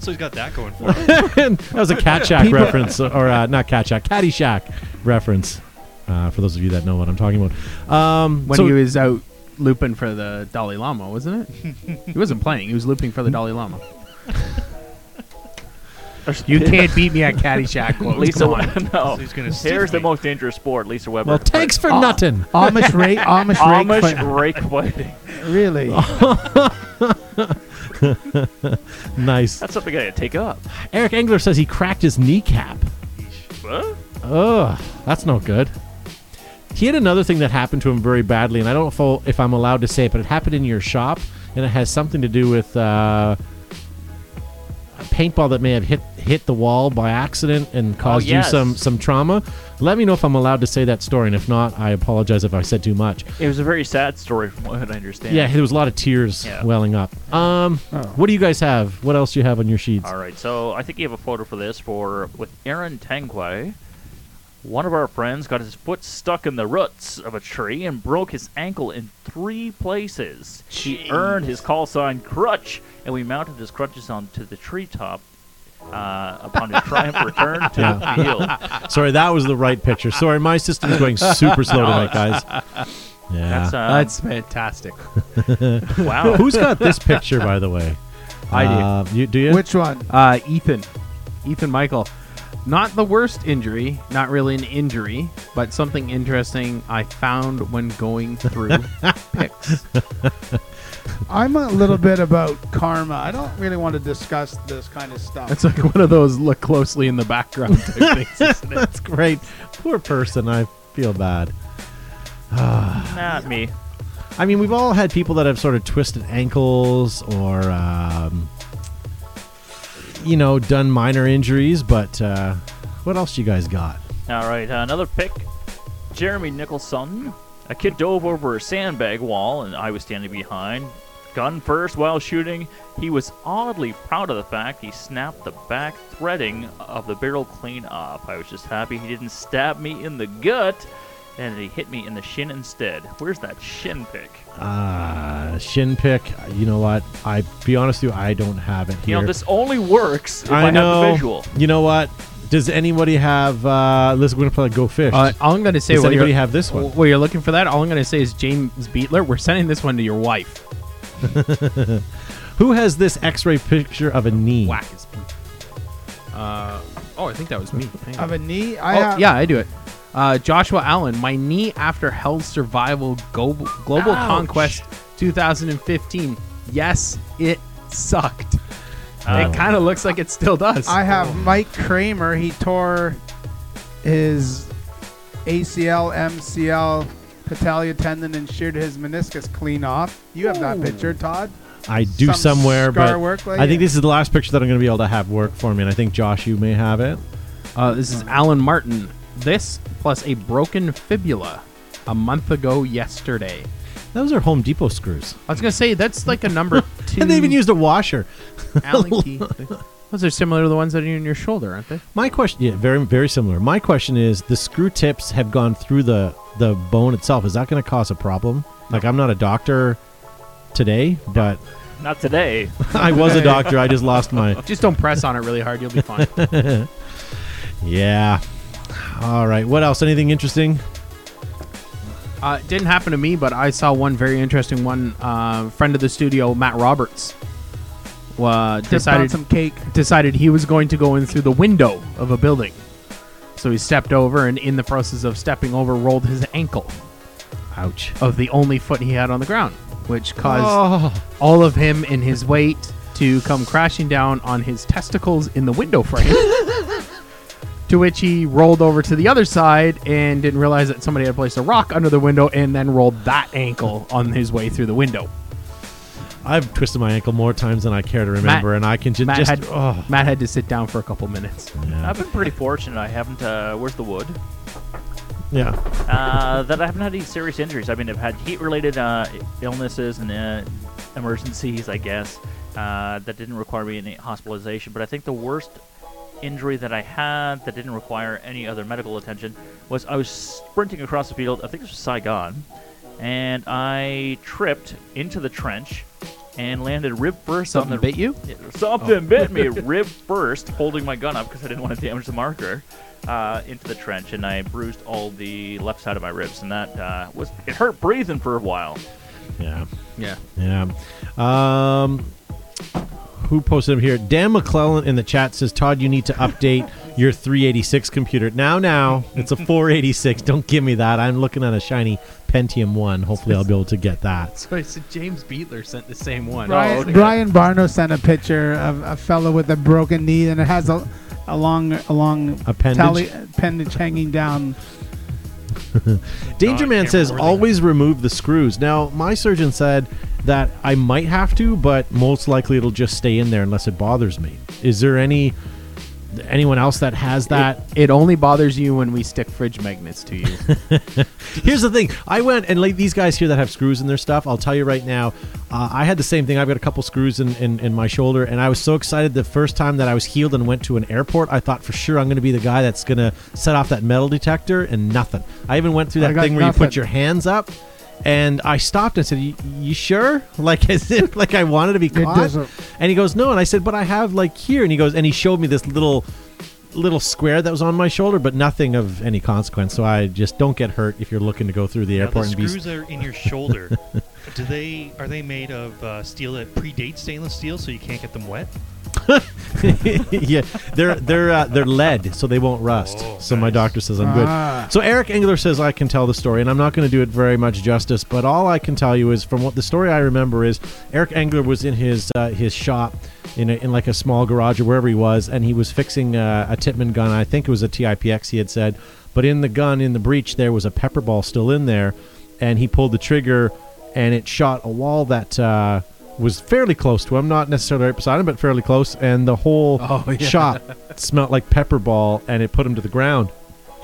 S7: So he's got that going for him.
S1: and <laughs> that was a Cat Shack reference, or uh, not Cat Shack, Caddy Shack reference. Uh, for those of you that know what I'm talking about, um,
S5: when
S1: so-
S5: he was out looping for the Dalai Lama, wasn't <laughs> it? he wasn't playing. He was looping for the Dalai Lama. <laughs> You can't beat me at <laughs> Caddyshack Um, quotes.
S4: Lisa,
S5: Come on.
S4: <laughs> no.
S7: So he's gonna stick
S4: Here's the
S7: me.
S4: most dangerous sport, Lisa Weber.
S1: well, thanks for nothing. <laughs>
S6: Amish rake, Amish, rake,
S4: Amish
S6: fight-
S4: rake fighting.
S6: really?
S1: Nice.
S4: That's something I gotta take up.
S1: Eric Engler says he cracked his kneecap.
S4: What?
S1: Ugh, that's no good. He had another thing that happened to him very badly, and I don't know if I'm allowed to say it, but it happened in your shop, and it has something to do with uh, a paintball that may have hit hit the wall by accident and caused
S4: Oh, yes.
S1: you some some trauma. Let me know if I'm allowed to say that story, and if not, I apologize if I said too much.
S4: It was a very sad story, from what I understand.
S1: Yeah, there was a lot of tears
S4: Yeah.
S1: welling up. Um, what do you guys have? What else do you have on your sheets?
S4: All right, so I think you have a photo for this for with Aaron Tangway. One of our friends got his foot stuck in the roots of a tree and broke his ankle in three places. He earned his call sign Crutch, and we mounted his crutches onto the treetop uh, upon his triumphant return to
S1: Yeah.
S4: the field.
S1: Sorry, that was the right picture. Sorry, my system is going super slow
S4: <laughs>
S1: tonight, guys. Yeah.
S4: That's, um,
S5: That's fantastic.
S4: wow.
S1: Who's got this picture, by the way?
S5: I do.
S1: Uh, you, do you?
S6: Which one?
S5: Uh, Ethan. Ethan Michael. Not the worst injury, not really an injury, but something interesting I found when going <laughs> through picks.
S6: I'm a little bit about karma. I don't really want to discuss this kind of stuff.
S5: It's like one of those look closely in the <laughs> background type things.
S1: That's great. Poor person. I feel bad.
S4: Not me.
S1: I mean, we've all had people that have sort of twisted ankles or, um, you know, done minor injuries. But uh, what else you guys got?
S4: All right, uh, another pick. Jeremy Nicholson. A kid dove over a sandbag wall, and I was standing behind. Gun first while shooting. He was oddly proud of the fact he snapped the back threading of the barrel clean off. I was just happy he didn't stab me in the gut, and he hit me in the shin instead. Where's that shin pick?
S1: Uh, shin pick. You know what? I be honest with you, I don't have it
S4: You
S1: here.
S4: know, this only works if I,
S1: I know.
S4: have the visual.
S1: You know what? Does anybody have? Uh, listen, we're gonna play Go Fish.
S5: Uh, all I'm going to say
S1: Does
S5: while you're,
S1: anybody have this one?
S5: while you're looking for that, all I'm going to say is James Beatler, we're sending this one to your wife.
S1: Who has this X-ray picture of a knee?
S5: Whack his pee. Uh, Oh, I think that was me. Hang
S6: Of
S5: on.
S6: a knee?
S5: oh,
S6: I, uh,
S5: yeah, I do it. Uh, Joshua Allen, my knee after Hell's Survival Global, Global
S6: Ouch.
S5: Conquest 2015. Yes, it sucked.
S6: Uh,
S5: it kind of looks like it still does.
S6: I have Mike Kramer. He tore his ACL, MCL, patellar tendon, and sheared his meniscus clean off. You have that
S5: Ooh.
S6: picture, Todd.
S1: I do
S6: Some
S1: somewhere,
S6: scar
S1: but
S6: work like
S1: I think
S6: it.
S1: this is the last picture that I'm going to be able to have work for me, and I think Josh, you may have it.
S5: Uh, this is Alan Martin. This plus a broken fibula a month ago yesterday.
S1: Those are Home Depot screws.
S5: I was going to say, that's like a number two.
S1: And they even used a washer.
S5: Allen key. Those are similar to the ones that are in your shoulder, aren't they?
S1: My question, yeah, very very similar. My question is, the screw tips have gone through the the bone itself. Is that going to cause a problem? Like, I'm not a doctor today, but <laughs>
S4: Not today.
S1: I was a doctor. I just lost my.
S5: Just don't press on it really hard. You'll be fine.
S1: yeah. All right. What else? Anything interesting?
S5: Uh, it didn't happen to me, but I saw one very interesting one. Uh, friend of the studio, Matt Roberts, uh,
S6: on
S5: decided Oh,
S6: some cake.
S5: decided he was going to go in through the window of a building. So he stepped over, and in the process of stepping over, rolled his ankle
S1: Ouch.
S5: of the only foot he had on the ground, which caused
S1: Oh.
S5: all of him and his weight to come crashing down on his testicles in the window <laughs> frame. to which he rolled over to the other side and didn't realize that somebody had placed a rock under the window and then rolled that ankle on his way through the window.
S1: I've twisted my ankle more times than I care to remember, and I can ju-
S5: Matt
S1: just.
S5: had
S1: oh,
S5: Matt had to sit down for a couple minutes.
S1: <laughs> yeah.
S4: I've been pretty fortunate. I haven't. Uh, where's the wood?
S1: yeah.
S4: Uh, that I haven't had any serious injuries. I mean, I've had heat-related uh, illnesses and uh, emergencies, I guess, uh, that didn't require me any hospitalization. But I think the worst injury that I had that didn't require any other medical attention was I was sprinting across the field. I think this was Saigon, and I tripped into the trench and landed rib first on
S5: Something
S4: the
S5: bit you?
S4: yeah, Something bit me rib first, holding my gun up because I didn't want to damage the marker uh, into the trench, and I bruised all the left side of my ribs, and that uh, was it hurt breathing for a while.
S1: Yeah.
S5: Yeah.
S1: Yeah. Um, who posted him here? Dan McClellan in the chat says, Todd, you need to update your 386 computer. Now, now, it's a 486. Don't give me that. I'm looking at a shiny Pentium 1. Hopefully, I'll be able to get that.
S5: So I said James Beatler sent the same one.
S6: Brian, Brian Barno sent a picture of a fellow with a broken knee, and it has a, a long, a long
S1: Appendage?
S6: tally- appendage hanging down.
S1: Danger
S7: God,
S1: Man
S7: can't
S1: says,
S7: remember the-
S1: always remove the screws. Now, my surgeon said that I might have to, but most likely it'll just stay in there unless it bothers me. Is there any. Anyone else that has that
S5: It only bothers you when we stick fridge magnets
S4: <laughs>
S5: to you.
S1: Here's the thing. I went and like these guys here that have screws in their stuff. I'll tell you right now, uh, I had the same thing. I've got a couple screws in, in, in my shoulder, and I was so excited the first time that I was healed and went to an airport. I thought for sure I'm going to be the guy that's going to set off that metal detector, and nothing. I even went through
S6: I
S1: that
S6: got
S1: thing where you put
S6: nothing.
S1: your hands up. And I stopped and said, "You you sure?" <laughs> Like as if like I wanted to be caught.
S6: doesn't-
S1: And he goes, "No." And I said, "But I have like here." And he goes, and he showed me this little little square that was on my shoulder, but nothing of any consequence. So I just don't get hurt if you're looking to go through the
S7: Now, the
S1: airport and be.
S7: screws that are in your <laughs> shoulder. do they are they made of uh, steel that predates stainless steel, so you can't get them wet?
S1: <laughs> yeah, they're they're uh, they're lead, so they won't rust.
S7: Oh,
S1: so my
S7: nice.
S1: doctor says I'm
S6: Ah.
S1: good. So Eric Engler says I can tell the story, and I'm not going to do it very much justice, but all I can tell you is from what the story I remember is Eric Engler was in his uh, his shop. In, a, in like a small garage or wherever he was, and he was fixing uh, a Titman gun. I think it was a TIPX. He had said, but in the gun in the breech there was a pepper ball still in there, and he pulled the trigger, and it shot a wall that uh, was fairly close to him, not necessarily right beside him, but fairly close. And the whole shop smelled like pepper ball, and it put him to the ground.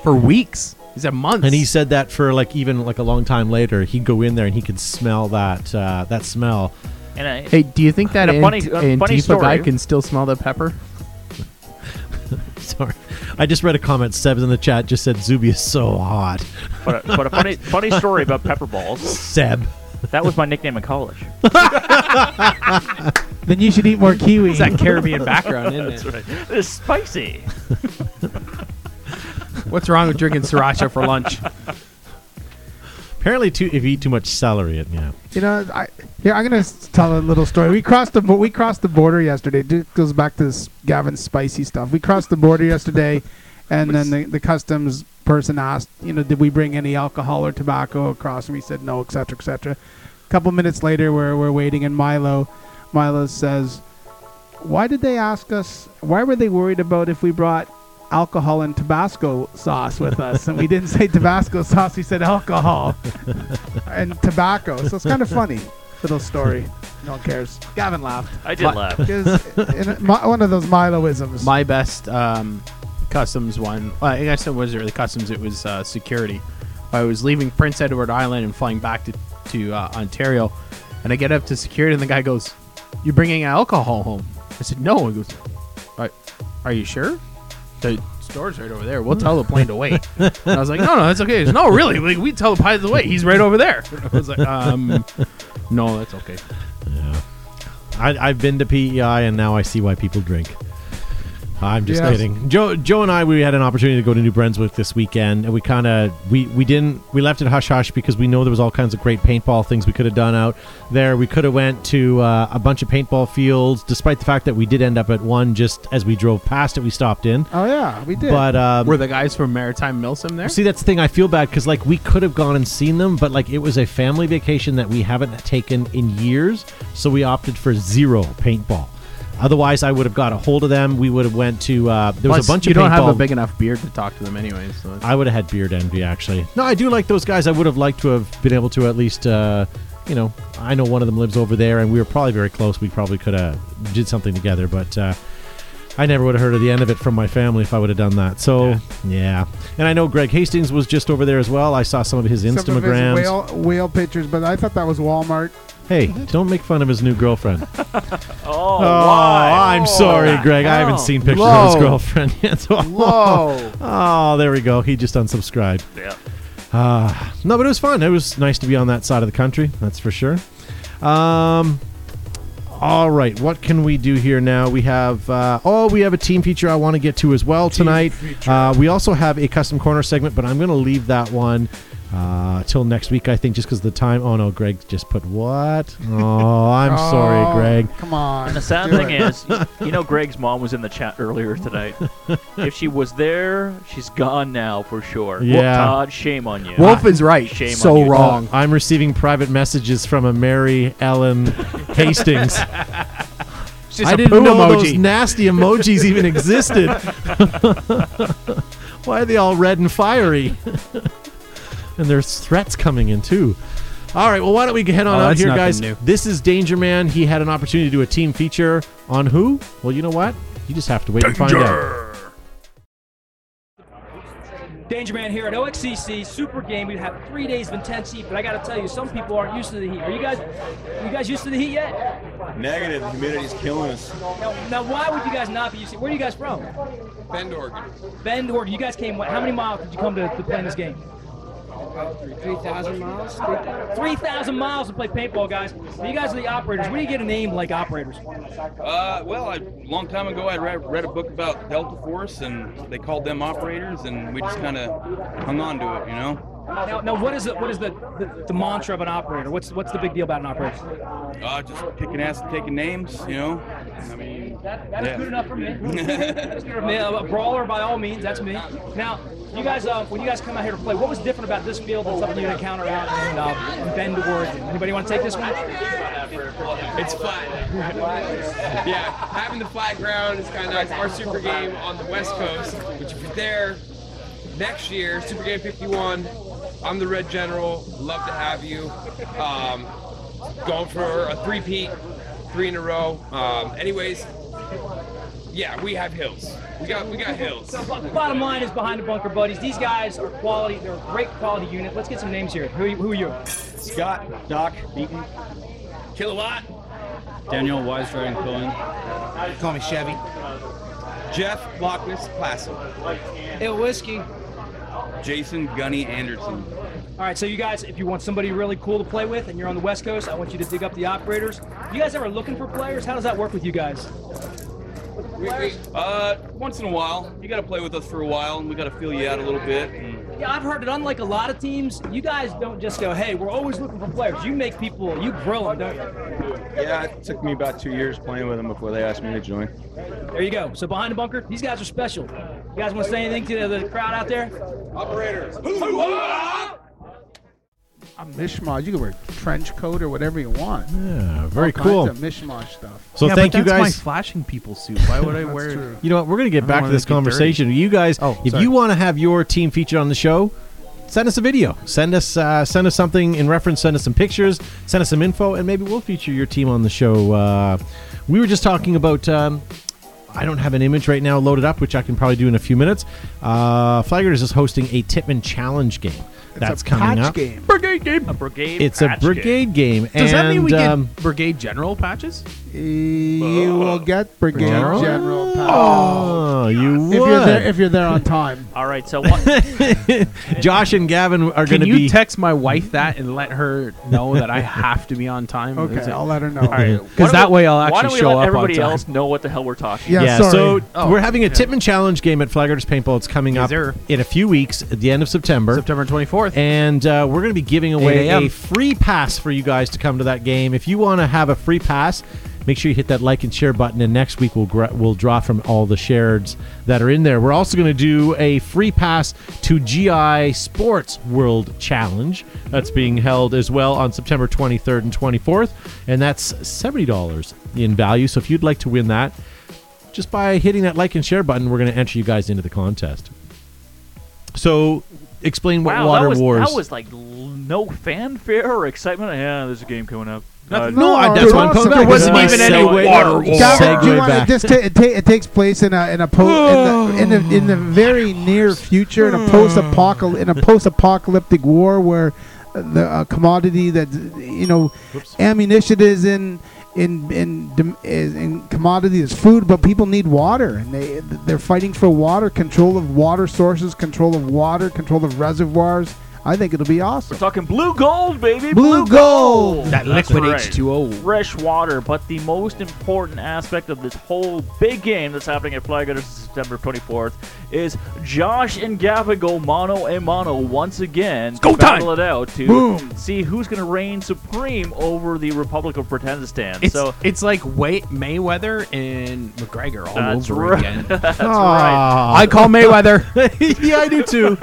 S5: For weeks. Is that months?
S1: And he said that for like even like a long time later, he'd go in there and he could smell that uh, that smell. <laughs>
S4: And I,
S5: Hey, do you think that
S4: And a
S5: Ant-
S4: funny- a funny
S5: Antifa guy
S4: story.
S5: can still smell the pepper?
S1: Sorry, I just read a comment. Sebs in the chat just said Zuby is so hot.
S4: but, a, but a funny funny story about pepper balls.
S1: Seb,
S4: That was my nickname in college.
S6: Then you should eat more kiwi.
S5: It's that Caribbean background, isn't it?
S4: It's spicy.
S5: What's wrong with drinking sriracha for lunch?
S1: Apparently, too, if you eat too much celery, it yeah.
S6: You know, I yeah, I'm gonna s- tell a little story. We crossed the bo- we crossed the border yesterday. It goes back to this Gavin's spicy stuff. We crossed the border yesterday, and then the, the customs person asked, you know, did we bring any alcohol or tobacco across? And we said no, etc., cetera, etc. A couple minutes later, we're we're waiting, and Milo, Milo says, why did they ask us? Why were they worried about if we brought alcohol and Tabasco sauce with us? And we didn't say Tabasco <laughs> sauce. We said alcohol and tobacco. So it's kind of funny <laughs> little story. No one cares. Gavin laughed.
S4: I did laugh.
S6: in a- mi- one of those Miloisms.
S5: My best um, customs one. Well, I guess it was really customs. It was uh, security. I was leaving Prince Edward Island and flying back to to uh, Ontario, and I get up to security, and the guy goes, "You're bringing alcohol home?" I said, "No." He goes, "Are, are you sure?" The store's right over there. We'll tell the plane to wait. and I was like, "No, no, that's okay." He goes, "No, really? Like, we tell the pilot to wait. He's right over there." I was like, "Um, no, that's okay."
S1: I, I've been to PEI and now I see why people drink. I'm just
S6: Yes.
S1: kidding. Joe, Joe and I, we had an opportunity to go to New Brunswick this weekend, and we kind of we we didn't we left it hush hush because we know there was all kinds of great paintball things we could have done out there. We could have went to uh, a bunch of paintball fields, despite the fact that we did end up at one just as we drove past it. We stopped in,
S6: oh yeah, we did.
S1: but um,
S5: Were the guys from Maritime Milsom there?
S1: See, that's the thing. I feel bad because like we could have gone and seen them, but like it was a family vacation that we haven't taken in years, so we opted for zero paintball. Otherwise, I would have got a hold of them. We would have went to uh, there was
S5: Plus,
S1: a bunch
S5: you
S1: of
S5: don't have a
S1: paintball-
S5: big enough beard to talk to them anyway. So that's-
S1: I would have had beard envy actually. No, I do like those guys. I would have liked to have been able to at least, uh, you know, I know one of them lives over there, and we were probably very close. We probably could have did something together, but uh, I never would have heard of the end of it from my family if I would have done that. So yeah. and I know Greg Hastings was just over there as well. I saw some of his
S6: Some of his
S1: Instagrams.
S6: whale, whale pictures, but I thought that was
S1: <laughs>
S6: Walmart.
S1: hey, don't make fun of his new girlfriend.
S4: Oh,
S1: <laughs> oh, I'm sorry, Greg. I haven't seen pictures of his
S5: Whoa.
S1: girlfriend yet. <laughs> So-
S5: Whoa.
S1: oh, there we go. He just unsubscribed.
S4: Yeah.
S1: No, but it was fun. It was nice to be on that side of the country. That's for sure. Um, all right, what can we do here now? We have uh, oh, we have a team feature I want to get to as well tonight. Uh, we also have a custom corner segment, but I'm going to leave that one uh, till next week. I think just because the time. Oh no, Greg just put what? Oh, I'm sorry,
S6: Oh,
S1: Greg.
S6: Come on.
S4: And the sad
S6: do
S4: thing
S6: it.
S4: is, y- you know, Greg's mom was in the chat earlier tonight. if she was there, she's gone now for sure.
S1: Yeah.
S4: Todd, shame on you.
S5: Wolf is right.
S4: Shame
S5: so
S4: on you.
S5: wrong.
S1: I'm receiving private messages from a Mary Ellen
S5: <laughs>
S1: Hastings.
S5: It's just
S1: I
S5: a
S1: didn't
S5: poo
S1: know
S5: emoji.
S1: those nasty emojis
S5: <laughs>
S1: even existed. <laughs> Why are they all red and fiery? <laughs> and there's threats coming in too. All right, well, why don't we head on
S5: Oh,
S1: out
S5: that's
S1: here,
S5: nothing
S1: guys?
S5: new.
S1: This is Danger Man. He had an opportunity to do a team feature on who? Well, you know what? You just have to wait and find out.
S8: Danger Man here at OXCC Super Game. We have three days of intense heat, but I got to tell you, some people aren't used to the heat. Are you guys, you guys used to the heat yet?
S12: Negative. The humidity's killing us.
S8: Now, now why would you guys not be used to? Where are you guys from?
S12: Bend, Oregon.
S8: Bend, Oregon. You guys came. what- How many miles did you come to, to play in this game?
S12: Three thousand miles.
S8: 3,000 miles to play paintball, guys. Now, you guys are the operators. Where do you get a name like operators?
S12: Uh, well, I, long time ago, I read, read a book about Delta Force, and they called them operators, and we just kind of hung on to it, you know.
S8: Now, now what is the what is the, the, the mantra of an operator? What's what's the big deal about an operator?
S12: Uh, just kicking ass and taking names, you know. I mean,
S8: That's
S12: Yeah.
S8: good enough
S12: <laughs>
S8: for me. That's good enough for me. A brawler by all means, that's me. Now, you guys, uh, when you guys come out here to play, what was different about this field than something you'd encounter out in, uh, in Bend, Oregon? Anybody want to take this one?
S12: it's flat. yeah, having the flat ground is kind of nice. Our super game on the West Coast, which if you're there next year, Super Game 51, I'm the Red General. Love to have you. Um, going for a three-peat, three in a row. Um, anyways, yeah, we have hills. We got we got hills.
S8: B- Bottom line is behind the bunker buddies. These guys are quality. They're a great quality unit. Let's get some names here. Who, who are you?
S12: Scott, Doc, Beaton, Kilowatt, Daniel, Wise Dragon, Cohen. Call me Chevy. Jeff Lockness, Classic.
S8: Il Whiskey.
S12: Jason Gunny Anderson.
S8: All right, so you guys, if you want somebody really cool to play with and you're on the West Coast, I want you to dig up the operators. You guys ever looking for players? How does that work with you guys?
S12: We, we, uh, once in a while, you got to play with us for a while, and we got to feel you out a little bit. And
S13: Yeah, I've heard that unlike a lot of teams, you guys don't just go, hey, we're always looking for players. You make people, you grill them, don't you?
S14: Yeah, it took me about two years playing with them before they asked me to join.
S13: There you go. So behind the bunker, these guys are special. You guys want to say anything to the, the crowd out there? Operator.
S6: A mishmash. You can wear trench coat or whatever you want.
S1: Yeah, very
S6: All kinds
S1: cool.
S6: of mishmash stuff.
S1: So thank you guys.
S5: flashing people suit. Why would I
S6: That's
S5: wear?
S6: true.
S1: You know what? We're going to
S5: I
S1: get
S5: don't
S1: back to
S5: wanna
S1: this
S5: get dirty. Oh,
S1: conversation. You guys, if
S5: sorry.
S1: you want to have your team featured on the show, send us a video. Send us uh, send us something in reference. Send us some pictures. Send us some info, and maybe we'll feature your team on the show. Uh, we were just talking about. Um, I don't have an image right now loaded up, which I can probably do in a few minutes. Uh, Flaggers is hosting a Tipman Challenge game. That's coming up.
S5: Brigade game.
S4: A brigade.
S1: It's a brigade game.
S5: Does that mean
S1: and,
S5: we get
S1: um,
S5: brigade general patches?
S6: You will get brigade
S1: General?
S6: general.
S1: Oh, you
S6: If you're
S1: would.
S6: there, if you're there on time.
S4: All right, so what?
S1: Josh and Gavin are
S5: Can
S1: going to
S5: you
S1: be.
S5: text my wife that and let her know that I have to be
S1: <laughs>
S5: on time?
S6: Okay,
S5: Is it-
S6: I'll let her know.
S5: All right,
S1: Why
S5: because
S1: don't
S5: that
S1: we-
S5: way I'll
S1: why
S5: actually
S4: Why don't we
S5: show
S4: let
S5: up
S4: everybody
S5: on time.
S4: else know what the hell we're talking?
S1: Yeah,
S4: about?
S1: so
S5: Oh,
S1: we're having a Tipman Challenge game at Flaggers Paintball. It's coming up in a few weeks at the end of September.
S5: September 24th.
S1: And uh, we're going to be giving away
S5: 8 a.m..
S1: a free pass for you guys to come to that game. If you want to have a free pass, make sure you hit that like and share button. And next week, we'll, gra- we'll draw from all the shareds that are in there. We're also going to do a free pass to GI Sports World Challenge. That's being held as well on September 23rd and 24th. And that's $70 in value. So if you'd like to win that, just by hitting that like and share button, we're going to enter you guys into the contest. So, explain what
S4: Wow,
S1: Water
S4: that was,
S1: Wars.
S4: That was like l- no fanfare or excitement. Yeah, there's a game coming up. Uh,
S1: No, I- that's what I'm coming back.
S6: There wasn't
S1: My
S6: even any
S1: segue-
S4: Water
S1: Wars.
S6: Gavin, do you
S1: Segue
S6: want to
S1: back.
S6: just ta- it, ta- it takes place in a in a po- in, the, in the in the very near future in a post apocalyptic in a post apocalyptic war where uh, the uh, commodity that you know ammunition is in in in dem- is in commodity is food, but people need water and they they're fighting for water, control of water sources, control of water, control of reservoirs. I think it'll be awesome.
S4: We're talking blue gold, baby.
S6: Blue gold.
S5: That
S4: That's
S5: liquid
S4: right.
S5: H2O.
S4: Fresh water, but the most important aspect of this whole big game that's happening at Flygutters September 24th is Josh and Gavin go mono and mono once again.
S5: go
S4: to battle
S5: time.
S4: it out to
S5: Boom.
S4: see who's going to reign supreme over the Republic of Pretendistan.
S5: It's,
S4: so
S5: it's like Wait Mayweather and McGregor all
S4: That's
S5: over
S4: right.
S5: again.
S4: <laughs> That's
S6: Ah.
S4: right.
S5: I call Mayweather.
S1: <laughs> yeah, I do too.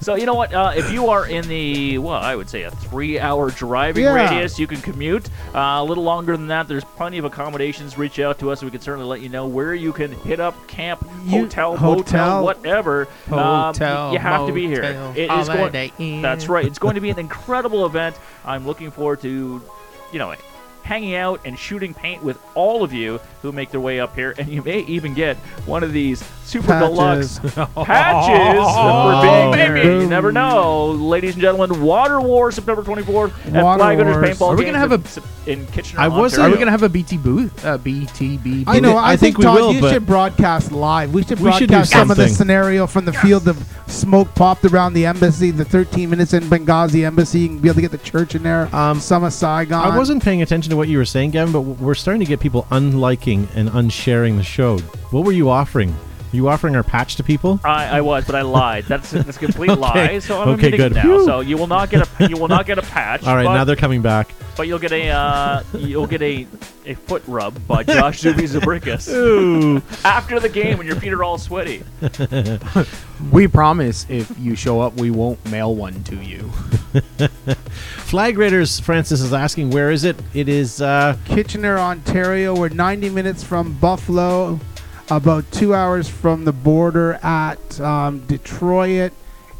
S4: So you know what? Uh, if you are in the well, I would say a three-hour driving
S5: Yeah.
S4: radius, you can commute. Uh, a little longer than that, there's plenty of accommodations. Reach out to us; we can certainly let you know where you can hit up camp, hotel, motel,
S5: hotel.
S4: whatever.
S5: Hotel,
S4: um, you have to be here.
S5: motel,
S4: It is
S5: Holiday
S4: going.
S5: Inn.
S4: That's right. It's going to be an incredible event. I'm looking forward to, you know. Hanging out and shooting paint with all of you who make their way up here, and you may even get one of these super
S6: Patches.
S5: <laughs>
S4: deluxe patches
S6: Oh,
S4: for being
S6: baby.
S4: You never know, ladies and gentlemen. Water War September 24th at
S6: Water
S4: Flagunners
S6: Wars.
S4: Paintball.
S6: Are we
S4: Games
S6: gonna have
S4: in Sep- in Kitchener?
S5: I wasn't. Are
S4: Ontario.
S5: we gonna have a BT booth? Uh, BTB.
S6: I know. I, think, Todd, you
S5: but
S6: should broadcast live. We should
S5: We should do
S6: broadcast some of the
S5: something.
S6: scenario from the field of smoke popped around the embassy, the 13 minutes in Benghazi embassy. You can be able to get the church in there. Um, some of Saigon.
S1: I wasn't paying attention to what you were saying, Gavin, but we're starting to get people unliking and unsharing the show. What were you offering? Were you offering our patch to people?
S5: Uh,
S4: I, I was, but I lied. That's that's a complete
S1: Okay.
S4: lie. So I'm
S1: Okay,
S4: admitting
S1: good.
S4: it now.
S1: Phew.
S4: So you will not get a you will not get a patch.
S1: All right,
S4: but,
S1: now they're coming back.
S4: but you'll get a uh, you'll get a, a foot rub by Josh Zuby Zabrickus
S1: Ooh.
S4: after the game when your feet are all sweaty.
S5: we promise if you show up, we won't mail one to you.
S1: Flag Raiders, Francis is asking, where is it? It is. Uh,
S6: Kitchener, Ontario. We're 90 minutes from Buffalo, about two hours from the border at um, Detroit,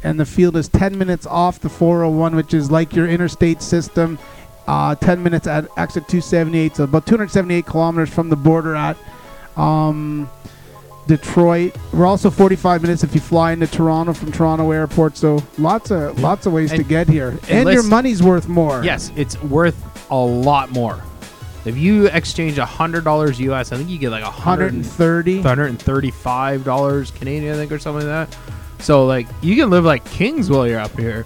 S6: and the field is 10 minutes off the 401, which is like your interstate system. Uh, 10 minutes at exit 278, so about 278 kilometers from the border at um, Detroit. We're also 45 minutes if you fly into Toronto from Toronto Airport. So lots of lots of ways to
S5: And-
S6: get here, and,
S5: and
S6: your
S5: let's-
S6: money's worth more.
S5: Yes, it's worth a lot more. If you exchange hundred dollars US, I think you get like a hundred and
S6: 130
S5: 135 dollars Canadian, I think, or something like that. So like you can live like kings while you're up here.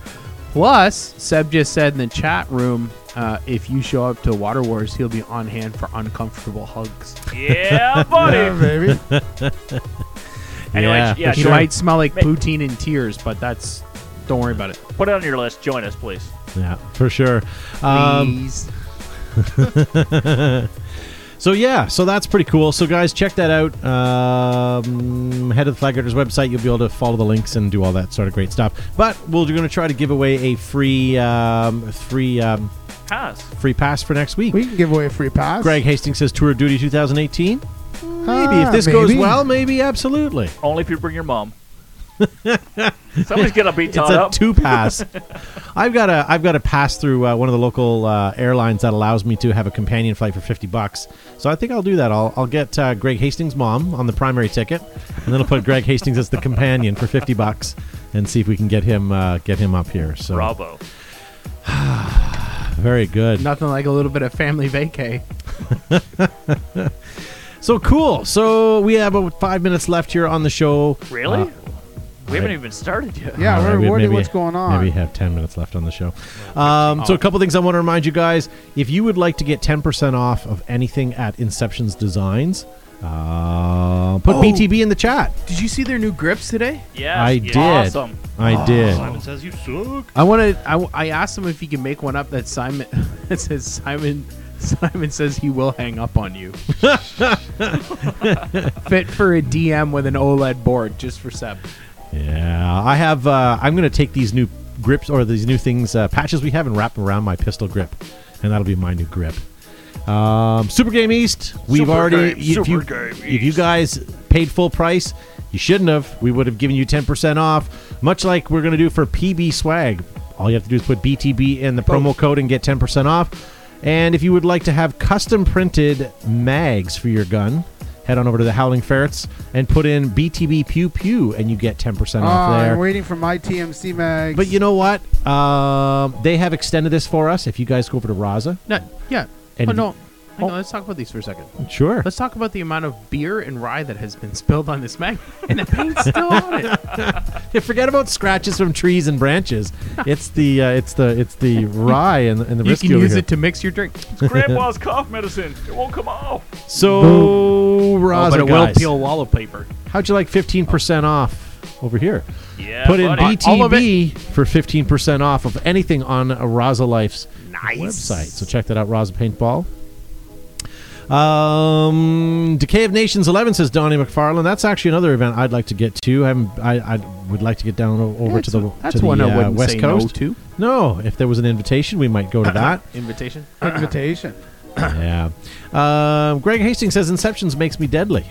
S5: Plus, Seb just said in the chat room, uh, if you show up to Water Wars, he'll be on hand for uncomfortable hugs.
S4: Yeah, buddy. Yeah, baby.
S5: Anyway,
S4: yeah,
S5: he
S4: sure.
S5: might smell like
S4: Ma-
S5: poutine and tears, but that's Don't worry about it.
S4: Put it on your list. Join us, please.
S1: Yeah, for sure.
S6: Mm.
S1: Um,
S5: Please.
S1: so yeah, so that's pretty cool. So guys, check that out. Um, head to the Flag Raiders website. You'll be able to follow the links and do all that sort of great stuff. But we're going to try to give away a free, um, free. Um,
S4: Pass.
S1: Free pass for next week.
S6: We can give away a free pass.
S1: Greg Hastings says Tour of Duty 2018. Maybe
S6: Ah,
S1: if this goes
S6: maybe.
S1: well, maybe absolutely.
S4: Only if you bring your mom. <laughs> Somebody's gonna be
S1: It's
S4: taught
S1: a
S4: up.
S1: two pass. <laughs> I've got a I've got to pass through uh, one of the local uh, airlines that allows me to have a companion flight for fifty bucks. So I think I'll do that. I'll I'll get uh, Greg Hastings' mom on the primary ticket, and then I'll put Greg Hastings as the companion for fifty bucks, and see if we can get him uh, get him up here. So
S4: Bravo.
S1: very good.
S5: Nothing like a little bit of family vacay.
S1: so cool. So we have about five minutes left here on the show.
S4: Really?
S1: Uh,
S4: we haven't even started yet.
S1: All right, we Uh, maybe- Maybe
S4: Maybe.
S1: have 10 minutes left on
S15: <laughs>
S1: the show. Um, so, a
S4: Oh.
S1: couple things I want to remind you guys. If you would like to get 10% off of anything at Inception's Designs, uh, put
S5: Oh.
S1: BTB in the chat.
S5: Did you see their new grips today?
S1: I did. I did.
S7: Simon says you suck.
S5: I wanted. I, I asked him if he could make one up that Simon. <laughs> that says Simon. Simon says he will hang up on <laughs> you. Fit for a DM with an OLED board, just for Seb.
S1: Yeah, I have. Uh, I'm going to take these new grips or these new things, uh, patches we have, and wrap them around my pistol grip, and that'll be my new grip. Um, Super Game East. We've
S15: Super
S1: already.
S15: Game,
S1: if
S15: Super
S1: you,
S15: Game
S1: If you guys paid full price, you shouldn't have. We would have given you 10% off, much like we're going to do for PB Swag. All you have to do is put BTB in the promo code and get 10% off. And if you would like to have custom printed mags for your gun, head on over to the Howling Ferrets and put in BTB Pew Pew, and you get 10%
S6: Oh,
S1: off there.
S6: I'm waiting for my TMC mags.
S1: But you know what? Um, they have extended this for us. If you guys go over to Raza,
S5: No, yeah.
S1: And-
S5: oh Hmm. no. Hang on, let's talk about these for a second.
S1: sure.
S5: Let's talk about the amount of beer and rye that has been spilled on this mag, <laughs> and the paint's still on it.
S1: <laughs> Yeah, forget about scratches from trees and branches. It's the uh, it's the it's the rye and, and the
S5: <laughs> you
S1: whiskey
S5: can
S1: over
S5: use
S1: here.
S5: it to mix your drink.
S1: <laughs>
S4: Grandpa's cough medicine. It won't come off.
S1: So Raza,
S5: oh, but it
S1: guys,
S5: will peel wallpaper.
S1: how'd you like fifteen percent off over here?
S5: Yeah,
S1: Put in
S5: buddy.
S1: BTB
S5: All of
S1: <laughs> for fifteen percent off of anything on uh, Raza Life's
S5: Nice.
S1: website. So check that out, Raza Paintball. Um, Decay of Nations 11 says Donnie McFarlane. That's actually another event I'd like to get to. I haven't, I, I would like to get down o- over to
S5: That's-
S1: the
S5: that's
S1: to the,
S5: one I
S1: uh,
S5: wouldn't
S1: West
S5: say no
S1: Coast.
S5: to.
S1: No, if there was an invitation, we might go to that.
S5: Invitation.
S6: Invitation.
S1: yeah. Um, Greg Hastings says Inceptions makes me deadly.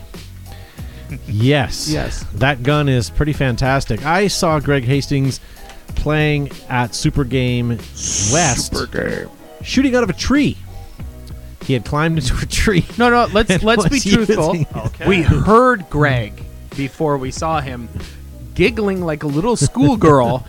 S1: Yes.
S6: Yes.
S1: That gun is pretty fantastic. I saw Greg Hastings playing at Super Game West. Shooting out of a tree. He had climbed into a tree.
S5: No, no. <laughs> Let's
S1: And
S5: let's be
S1: was
S5: truthful.
S1: using it. Okay.
S5: We heard Greg before we saw him giggling like a little <laughs> schoolgirl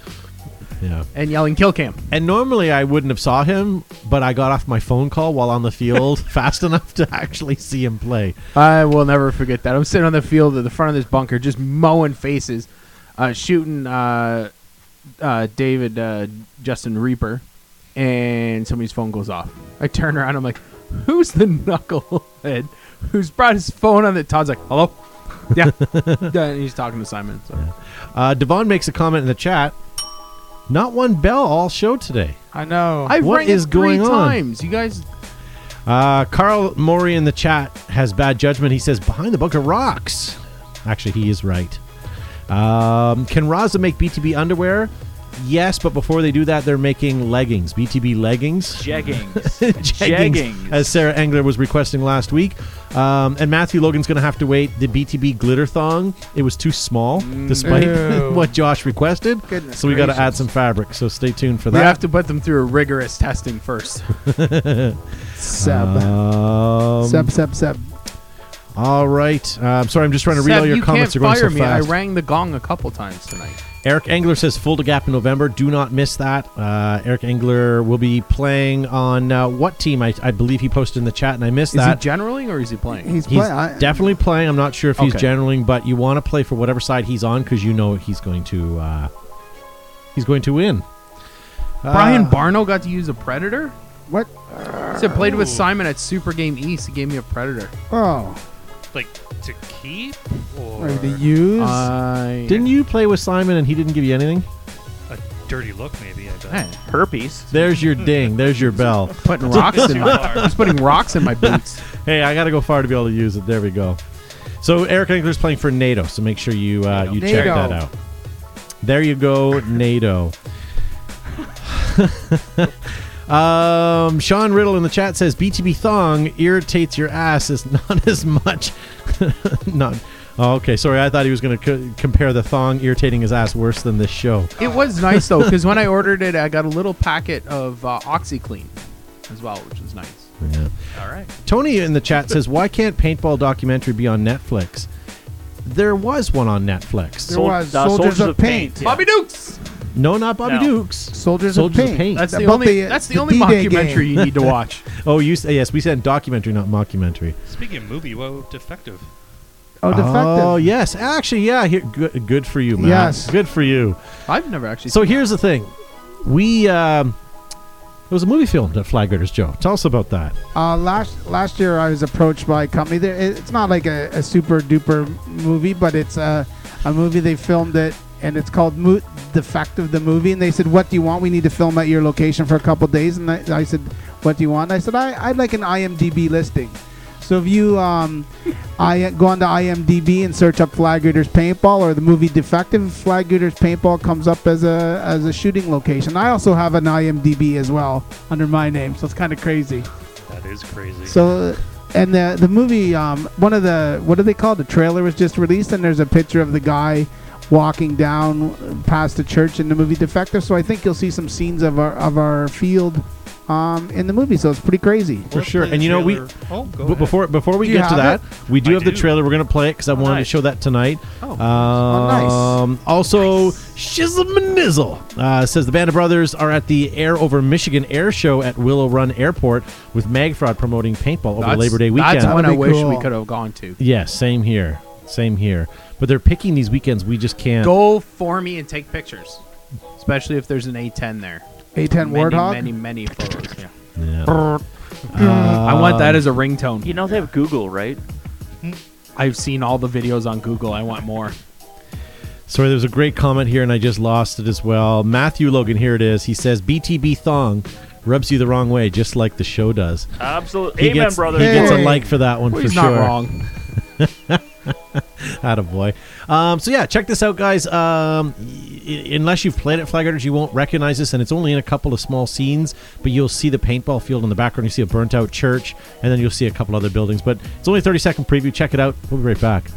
S1: Yeah.
S5: and yelling "kill cam."
S1: And normally I wouldn't have saw him, but I got off my phone call while on the field fast enough to actually see him play.
S5: I will never forget that. I'm sitting on the field at the front of this bunker, just mowing faces, uh, shooting uh, uh, David uh, Justin Reaper, and somebody's phone goes off. I turn around, I'm like, "Who's the knucklehead who's brought his phone on?" That Todd's like, "Hello." <laughs> yeah, yeah, and he's talking to Simon. So.
S1: Uh, Devon makes a comment in the chat. Not one bell all show today.
S6: I know.
S5: I've
S1: What
S5: rang it
S1: is
S5: three
S1: going on?
S5: times. You guys
S1: Uh, Carl Mori in the chat has bad judgment. He says, behind the bunker rocks. Actually, he is right. Um, can Raza make BTB underwear? Yes, but before they do that, they're making leggings, BTB leggings. <laughs>
S4: Jeggings.
S1: Jeggings, As Sarah Engler was requesting last week. Um, and Matthew Logan's going to have to wait. The BTB glitter thong, it was too small, despite <laughs>
S5: Ew.
S1: what Josh requested.
S5: Mm, Goodness
S1: so we got to
S5: gracious.
S1: add some fabric. So stay tuned for
S5: we
S1: that.
S5: have to put them through a rigorous testing first.
S1: Seb. Um,
S6: Seb, Seb, Seb.
S1: All right. Uh, I'm sorry, I'm just trying to read
S5: Seb,
S1: all your
S5: you
S1: comments.
S5: can't
S1: You're going
S5: fire
S1: so
S5: me.
S1: fast.
S5: I rang the gong a couple times tonight.
S1: Eric Engler says full to gap in November. Do not miss that. Uh, Eric Engler will be playing on uh, what team? I, I believe he posted in the chat, and I missed
S5: Is he
S1: that.
S5: generaling or is he playing?
S6: He's
S1: He's definitely playing. I'm not sure if he's
S5: Okay.
S1: generaling, but you want to play for whatever side he's on because you know he's going to uh, he's going to win.
S5: Brian
S1: Uh,
S5: Barno got to use a predator.
S6: What?
S5: So I played with Simon at Super Game East. He gave me a predator.
S6: Oh.
S7: Like to keep or
S6: use?
S5: I Uh,
S1: didn't you play with Simon and he didn't give you anything?
S7: a dirty look, maybe. I bet.
S4: herpes.
S1: There's your ding. There's your bell.
S5: <laughs>
S7: Putting rocks in my- Too far. just putting rocks in my boots.
S1: hey, I got to go far to be able to use it. There we go. So Eric Engler's playing for NATO. So make sure you uh, you check
S6: NATO.
S1: that out. There you go, NATO. <laughs> um, Sean Riddle in the chat says BTB thong irritates your ass is not <laughs> as much. not. Oh, okay, sorry. I thought he was going to co- compare the thong irritating his ass worse than this show.
S5: It was nice though, because when I ordered it, I got a little packet of uh, OxyClean as well, which was nice.
S1: Yeah.
S5: All right.
S1: Tony in the chat says, "Why can't paintball documentary be on Netflix?" There was one on Netflix.
S6: There Sol- was uh, Soldiers Soldiers of of Paint. Paint, yeah.
S5: Bobby Dukes.
S1: No, not Bobby
S5: No.
S1: Dukes.
S6: Soldiers, of Paint.
S5: That's the
S6: About
S5: only- that's the only
S6: D-Day
S5: mockumentary
S6: game.
S5: you need to watch.
S1: oh, you s- yes, we said documentary, not mockumentary.
S7: Speaking of movie, well, defective.
S6: Oh, defective.
S1: Oh, yes. Actually, yeah. Here, good, good for you, man.
S6: Yes.
S1: Good for you.
S5: I've never actually.
S1: So here's the thing. We um, it was a movie filmed at Flag Raiders Joe. Tell us about that.
S6: Uh, last last year, I was approached by a company. There- it- It's not like a, a super duper movie, but it's a, a movie they filmed it, and it's called Mo- Defective the Movie. And they said, "What do you want? We need to film at your location for a couple days." And I, I said, "What do you want?" I said, I, "I'd like an IMDb listing." So if you um, <laughs> I go onto IMDb and search up Flag Raiders Paintball or the movie Defective, Flag Raiders Paintball comes up as a as a shooting location. I also have an IMDb as well under my name, so it's kind of crazy.
S7: That is crazy.
S6: So, and the the movie, um, one of the what do they call it? the trailer was just released, and there's a picture of the guy walking down past the church in the movie Defective. So I think you'll see some scenes of our of our field um, in the movie. So it's pretty crazy
S1: for sure. And you know we
S7: oh,
S1: b- before before we
S6: Do you
S1: get to that,
S6: have
S1: we do have the trailer. We're gonna play it because I wanted to show that tonight. Oh, um, nice. Also, Shizzamanizzle uh, says the Band of Brothers are at the Air Over Michigan Air Show at Willow Run Airport with Magfrod promoting paintball over
S5: That's-
S1: Labor Day weekend.
S5: That's one I wish we could have gone to.
S1: Yes, same here, same here. But they're picking these weekends. We just can't.
S5: Go for me and take pictures, especially if there's an A10 there.
S6: A10
S5: Many,
S6: Warthog?
S5: Many, many photos. Yeah.
S1: Yeah. Uh,
S5: I want that as a ringtone.
S4: You know they have Google, right?
S5: I've seen all the videos on Google. I want more.
S1: Sorry, there's a great comment here, and I just lost it as well. Matthew Logan, here it is. He says, "BTB thong rubs you the wrong way, just like the show does."
S4: Absolutely.
S1: He
S4: Amen,
S1: gets,
S4: brother.
S1: He gets a like for that one
S4: Well,
S1: for
S4: he's
S1: sure.
S4: not wrong.
S1: Attaboy. Um, so yeah, check this out, guys. Um, y- unless you've played at Flag Raiders, you won't recognize this, and it's only in a couple of small scenes. But you'll see the paintball field in the background. You see a burnt-out church, and then you'll see a couple other buildings. But it's only a thirty-second preview. Check it out. We'll be right back.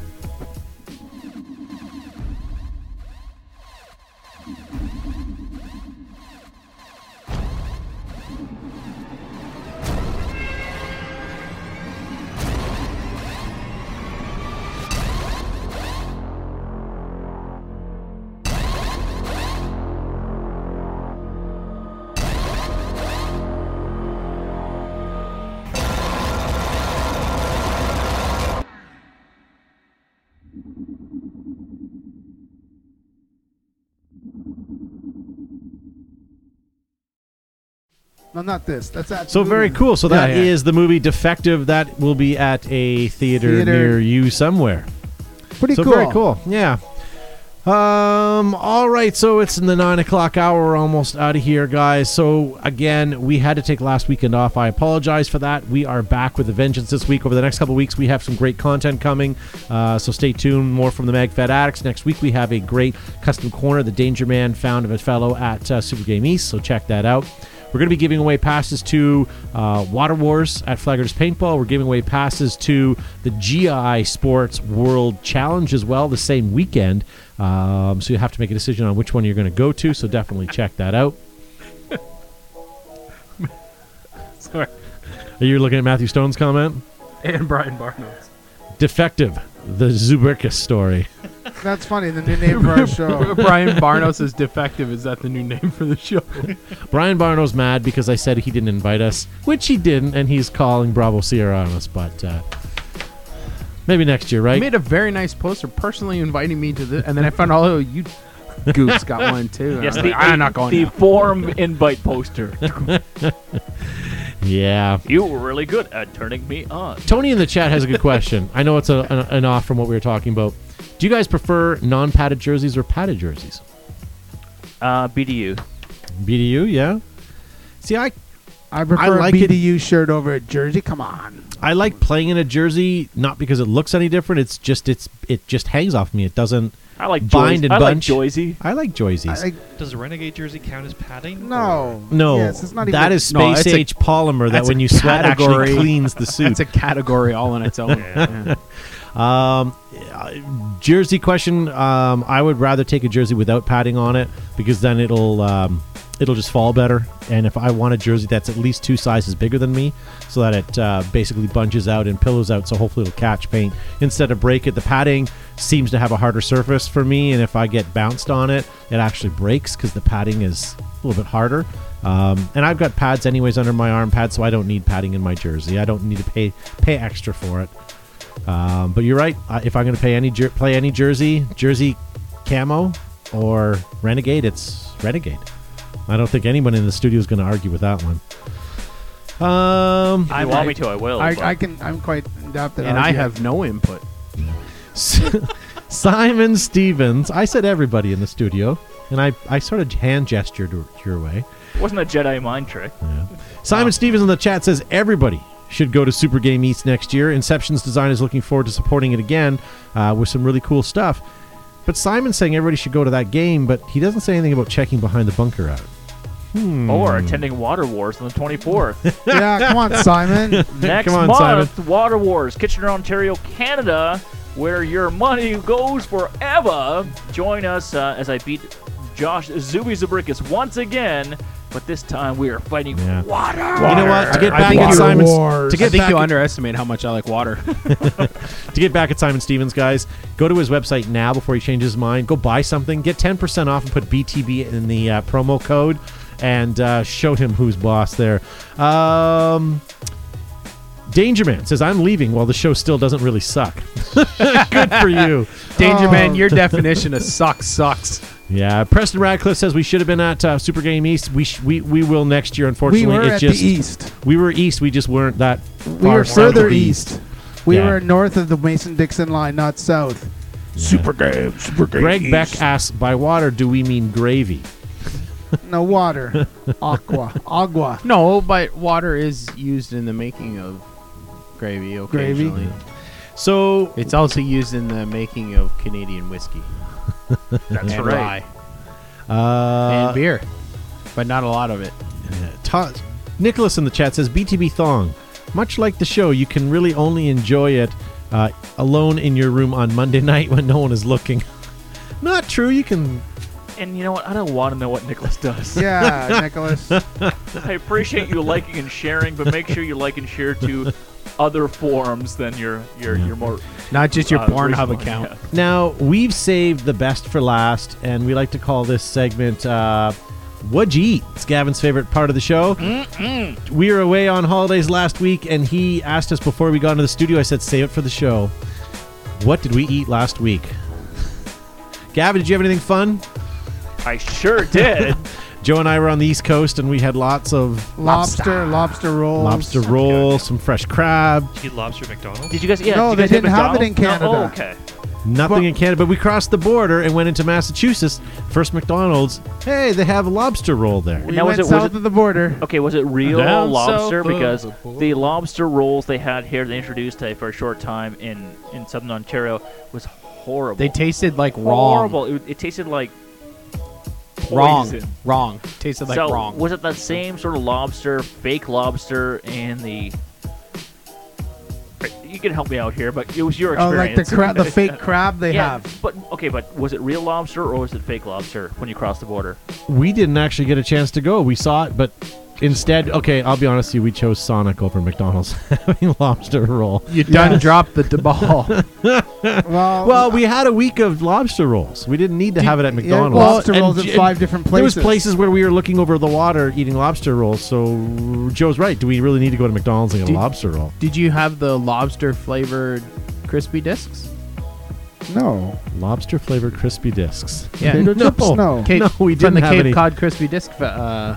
S6: No, not this. That's that.
S1: So very
S6: movie.
S1: cool. So that is
S6: Yeah, yeah.
S1: the movie Defective. That will be at a theater,
S6: Theater.
S1: near you somewhere.
S6: Pretty
S1: so
S6: cool.
S1: Very cool. Yeah. Um. All right. So it's in the nine o'clock hour. We're almost out of here, guys. So again, we had to take last weekend off. I apologize for that. We are back with a vengeance this week. Over the next couple of weeks, we have some great content coming. Uh, so stay tuned. More from the MagFed Addicts next week. We have a great custom corner. The Danger Man found of a fellow at uh, Super Game East. So check that out. We're going to be giving away passes to uh, Water Wars at Flaggers Paintball. We're giving away passes to the GI Sports World Challenge as well the same weekend. Um, so you have to make a decision on which one you're going to go to. So definitely check that out.
S5: <laughs> Sorry.
S1: Are you looking at Matthew Stone's comment?
S5: And Brian Barnum's.
S1: Defective, the Zubricus story.
S6: That's funny. The new name for
S1: <laughs>
S6: our show.
S5: <laughs> Brian Barnos is defective. Is that the new name for the show?
S1: Brian Barno's mad because I said he didn't invite us, which he didn't, and he's calling Bravo Sierra on us. But uh, maybe next year,
S5: He
S1: right?
S5: made a very nice poster personally inviting me to the, and then I found out oh, you goose got one <laughs> too. And
S4: Yes,
S5: I
S4: the,
S5: am not going.
S4: The
S5: now."
S4: form invite poster. <laughs>
S1: yeah.
S4: you were really good at turning me on.
S1: Tony in the chat has a good question. I know it's a, an, an off from what we were talking about. Do you guys prefer non-padded jerseys or padded jerseys?
S4: Uh, BDU.
S1: BDU, yeah. See, I
S6: I prefer
S1: I like
S6: a
S1: it-
S6: BDU shirt over a jersey. Come on.
S1: I like playing in a jersey not because it looks any different. It's just it's it just hangs off me. It doesn't.
S4: I like
S1: bind
S4: joys-
S1: and
S4: I like
S1: bunch.
S4: joysey.
S1: I like joysies.
S7: Does a renegade jersey count as padding?
S6: No.
S1: no,
S6: Yes, it's not even-
S1: that is
S5: No,
S1: space
S5: it's a-
S1: age polymer that
S5: that's a
S1: when you sweat actually
S5: category.
S1: cleans
S5: <laughs>
S1: the suit.
S5: That's a category all on its own. Yeah.
S1: Um, uh, jersey question. Um, I would rather take a jersey without padding on it because then it'll um, it'll just fall better. And if I want a jersey that's at least two sizes bigger than me, so that it uh, basically bunches out and pillows out, so hopefully it'll catch paint instead of break it. The padding seems to have a harder surface for me, and if I get bounced on it, it actually breaks because the padding is a little bit harder. Um, and I've got pads anyways under my arm pads, so I don't need padding in my jersey. I don't need to pay pay extra for it. Um, but you're right. I- If I'm going to pay any jer- play any jersey, jersey camo or renegade, it's renegade. I don't think anyone in the studio is going to argue with that one. Um, <laughs>
S4: If you want me to, I will.
S6: I,
S4: but-
S6: I can. I'm quite adapted.
S1: And I have
S5: no input.
S1: Simon Stevens. I said everybody in the studio, and I, I sort of hand gestured your way.
S4: It wasn't a Jedi mind trick.
S1: Simon Stevens in the chat says everybody should go to Super Game Eats next year. Inception's design is looking forward to supporting it again uh, with some really cool stuff. But Simon's saying everybody should go to that game, but he doesn't say anything about checking behind the bunker out. Hmm.
S4: Or attending Water Wars on the 24th.
S6: Yeah, come on, Simon.
S4: Next
S1: Come on,
S4: month, Water Wars, Kitchener, Ontario, Canada, where your money goes forever. Join us uh, as I beat Josh Zuby Zubrickus once again, but this time we are fighting
S1: Yeah.
S4: water.
S1: You know what? To get
S5: I
S1: back
S5: think
S1: at
S5: you-
S1: Simon's,
S5: Wars.
S1: to get
S5: I think
S1: back
S5: you
S1: at-
S5: underestimate how much I like <laughs> water.
S1: to get back at Simon Stevens, guys, go to his website now before he changes his mind. Go buy something, get 10% off, and put BTB in the uh, promo code and uh, show him who's boss there. Um, Dangerman says, I'm leaving while the show still doesn't really suck. <laughs> Good for you. Oh.
S5: Danger
S6: Oh.
S5: Man, your definition of suck sucks.
S1: Yeah, Preston Radcliffe says we should have been at uh, Super Game East. We sh- we we will next year. Unfortunately,
S6: were
S1: it
S6: at the
S1: just
S6: east.
S1: We were east. We just weren't that.
S6: We were further east. We
S1: Yeah.
S6: were north of the Mason-Dixon line, not south. Super game, super game.
S1: Greg
S6: east.
S1: Beck asks, by water do we mean gravy?
S6: No water. Aqua. Agua.
S5: No, but water is used in the making of gravy
S6: Gravy.
S5: occasionally.
S1: So
S5: it's also used in the making of
S6: <laughs>
S5: Canadian whiskey.
S4: That's
S5: and
S4: right.
S5: Rye.
S6: Uh,
S5: and beer, but not a lot of it.
S1: Ta- Nicholas in the chat says BTB thong. Much like the show, you can really only enjoy it uh, alone in your room on Monday <laughs> night when no one is looking. <laughs> Not true. You can.
S4: And you know what? I don't want to know what
S6: <laughs>
S4: Nicholas does.
S6: Yeah, Nicholas.
S4: I appreciate you liking and sharing, but make sure you like and share to other forums than your your your more
S5: Not just your
S4: uh,
S5: Pornhub
S4: original,
S5: account.
S4: yeah.
S1: Now we've saved the best for last, and we like to call this segment uh, "What'd You Eat." It's Gavin's favorite part of the show. We were away on holidays last week, and he asked us before we got into the studio. I said, "Save it for the show." What did we eat last week? <laughs> Gavin, did you have anything fun?
S4: I sure did.
S1: Joe and I were on the East Coast, and we had lots of
S6: Lobster, lobster rolls.
S1: lobster roll, some fresh crab,
S7: Did you get lobster at McDonald's?
S4: Did you guys? Yeah,
S6: No,
S4: did
S6: they
S4: you guys hit
S6: didn't have it
S4: McDonald's?
S6: in Canada.
S4: No? Oh, okay.
S1: nothing in Canada. But we crossed the border and went into Massachusetts. First McDonald's, hey, they have a lobster roll there.
S6: We
S4: Now, was
S6: went
S4: Oh, it- was
S6: south
S4: it-
S6: of the border.
S4: Okay, was it real
S1: Down
S4: lobster?
S1: south of
S4: Because
S1: the border.
S4: the lobster rolls they had here, they introduced uh, for a short time in, in southern Ontario, was horrible.
S5: They tasted like wrong.
S4: horrible. It, it tasted like
S5: Wrong.
S4: poison.
S5: Wrong. Tasted like
S4: so
S5: wrong.
S4: was it that same sort of lobster, fake lobster, and the? You can help me out here, but it was your
S6: Oh, like
S4: experience.
S6: the crab, the fake crab they
S4: yeah,
S6: have.
S4: But okay, but was it real lobster or was it fake lobster when you crossed the border?
S1: We didn't actually get a chance to go. We saw it, but instead, okay, I'll be honest with you, we chose Sonic over McDonald's <laughs> having lobster roll.
S5: you done dropped the d- ball.
S6: <laughs> Well,
S1: Well, we had a week of lobster rolls. We didn't need to have it at
S6: yeah,
S1: McDonald's.
S6: lobster rolls at five different
S1: There was
S6: places.
S1: places where we were looking over the water eating lobster rolls. So Joe's right. Do we really need to go to McDonald's and get
S5: Did-
S1: a lobster roll?
S5: Did you have the lobster flavored crispy discs?
S6: no.
S1: Lobster flavored crispy discs.
S5: Yeah.
S1: no,
S5: Potato
S6: chips? No.
S5: Cape,
S1: no, we didn't
S5: from the
S1: have
S5: Cape
S1: any.
S5: Cod Crispy Disc fa-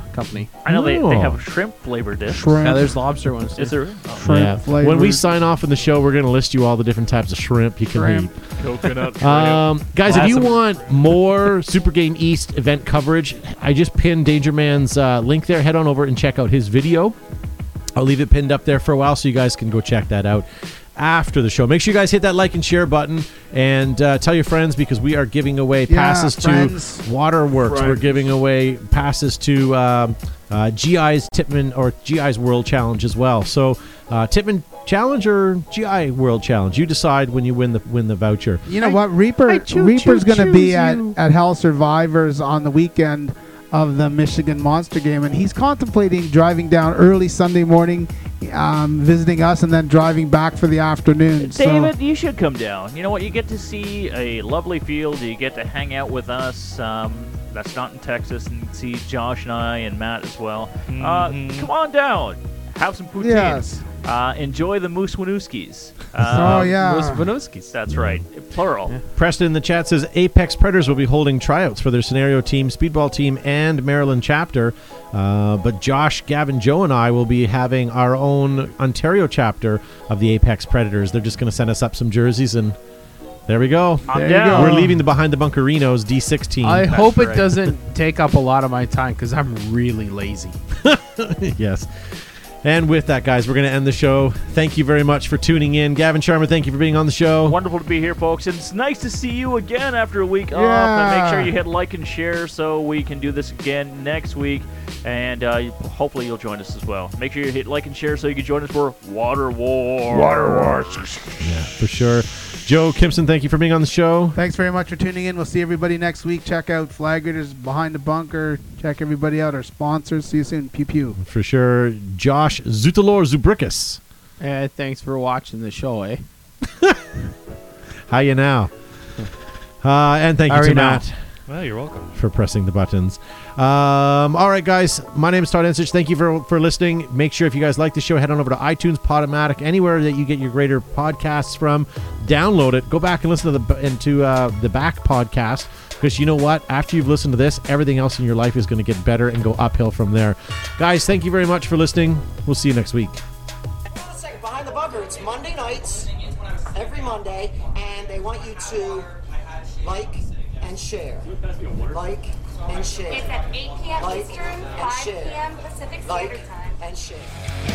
S5: uh, Company.
S4: I know they, they
S1: No.
S4: have shrimp flavored dish.
S6: Shrimp.
S5: Yeah, there's lobster ones.
S4: Is
S5: too.
S4: there? Oh.
S6: shrimp
S1: Yeah.
S6: flavored.
S1: When we sign off in the show, we're going to list you all the different types of shrimp you can
S6: Shrimp.
S1: eat.
S15: Coconut.
S1: Um, guys, if you
S15: Awesome.
S1: want more Super Game East event coverage, I just pinned Danger Man's uh, link there. Head on over and check out his video. I'll leave it pinned up there for a while so you guys can go check that out after the show. Make sure you guys hit that like and share button and uh, tell your friends because we are giving away
S6: Yeah,
S1: passes
S6: friends.
S1: to Waterworks. We're
S6: Friends.
S1: giving away passes to um, uh, GI's Tipman or GI's World Challenge as well. So uh, Tipman Challenge or GI World Challenge, you decide when you win the win the voucher.
S6: You know what, Reaper? Reaper's going to be at, at Hell Survivors on the weekend of the Michigan Monster Game, and he's contemplating driving down early Sunday morning, um, visiting us, and then driving back for the afternoon. So-
S4: David, you should come down. You know what? You get to see a lovely field. You get to hang out with us. Um, that's not in Texas, and see Josh and I and Matt as well. Uh, come on down. Have some poutine.
S6: Yes.
S4: Uh, enjoy the Moose Winooskis. Um,
S1: Oh, yeah. Moose
S4: That's right. Plural.
S1: Preston in the chat says Apex Predators will be holding tryouts for their scenario team, speedball team, and Maryland chapter. Uh, but Josh, Gavin, Joe, and I will be having our own Ontario chapter of the Apex Predators. They're just going to send us up some jerseys, and there we go.
S5: I'm There you down. go.
S1: We're leaving the behind the bunkerinos D6 team.
S5: I hope it doesn't take up a lot of my time because I'm really lazy.
S1: yes. And with that, guys, we're going to end the show. Thank you very much for tuning in. Gavin Sharma, thank you for being on the show.
S4: Wonderful to be here, folks. And it's nice to see you again after a week off. And make sure
S1: Yeah.
S4: you hit like and share so we can do this again next week. And uh, you- hopefully you'll join us as well. Make sure you hit like and share so you can join us for Water War.
S1: Water War. Yeah, for sure. Joe Kimson, thank you for being on the show.
S6: Thanks very much for tuning in. We'll see everybody next week. Check out Flag Raiders Behind the Bunker. Check everybody out, our sponsors. See you soon. Pew pew.
S1: For sure. Josh Zutalor Zubrickus.
S5: Eh, thanks for watching the show, eh?
S1: How you now? Uh, and thank
S5: How
S1: you
S5: are
S1: to
S5: you now?
S1: Matt
S7: Well, you're welcome.
S1: for pressing the buttons. Um, all right, guys. My name is Todd Ensich. Thank you for, for listening. Make sure if you guys like the show, head on over to iTunes, Podomatic, anywhere that you get your greater podcasts from. Download it. Go back and listen to the into uh, the back podcast because you know what? After you've listened to this, everything else in your life is going to get better and go uphill from there. Guys, thank you very much for listening. We'll see you next week.
S9: Wait a second, behind the bunker, it's Monday nights, every Monday, and they want you to like and share. Like and share.
S10: It's at 8 p.m.
S9: Like
S10: Eastern,
S9: and
S10: 5
S9: share.
S10: p.m. Pacific
S9: Like
S10: Standard Time.
S9: and share.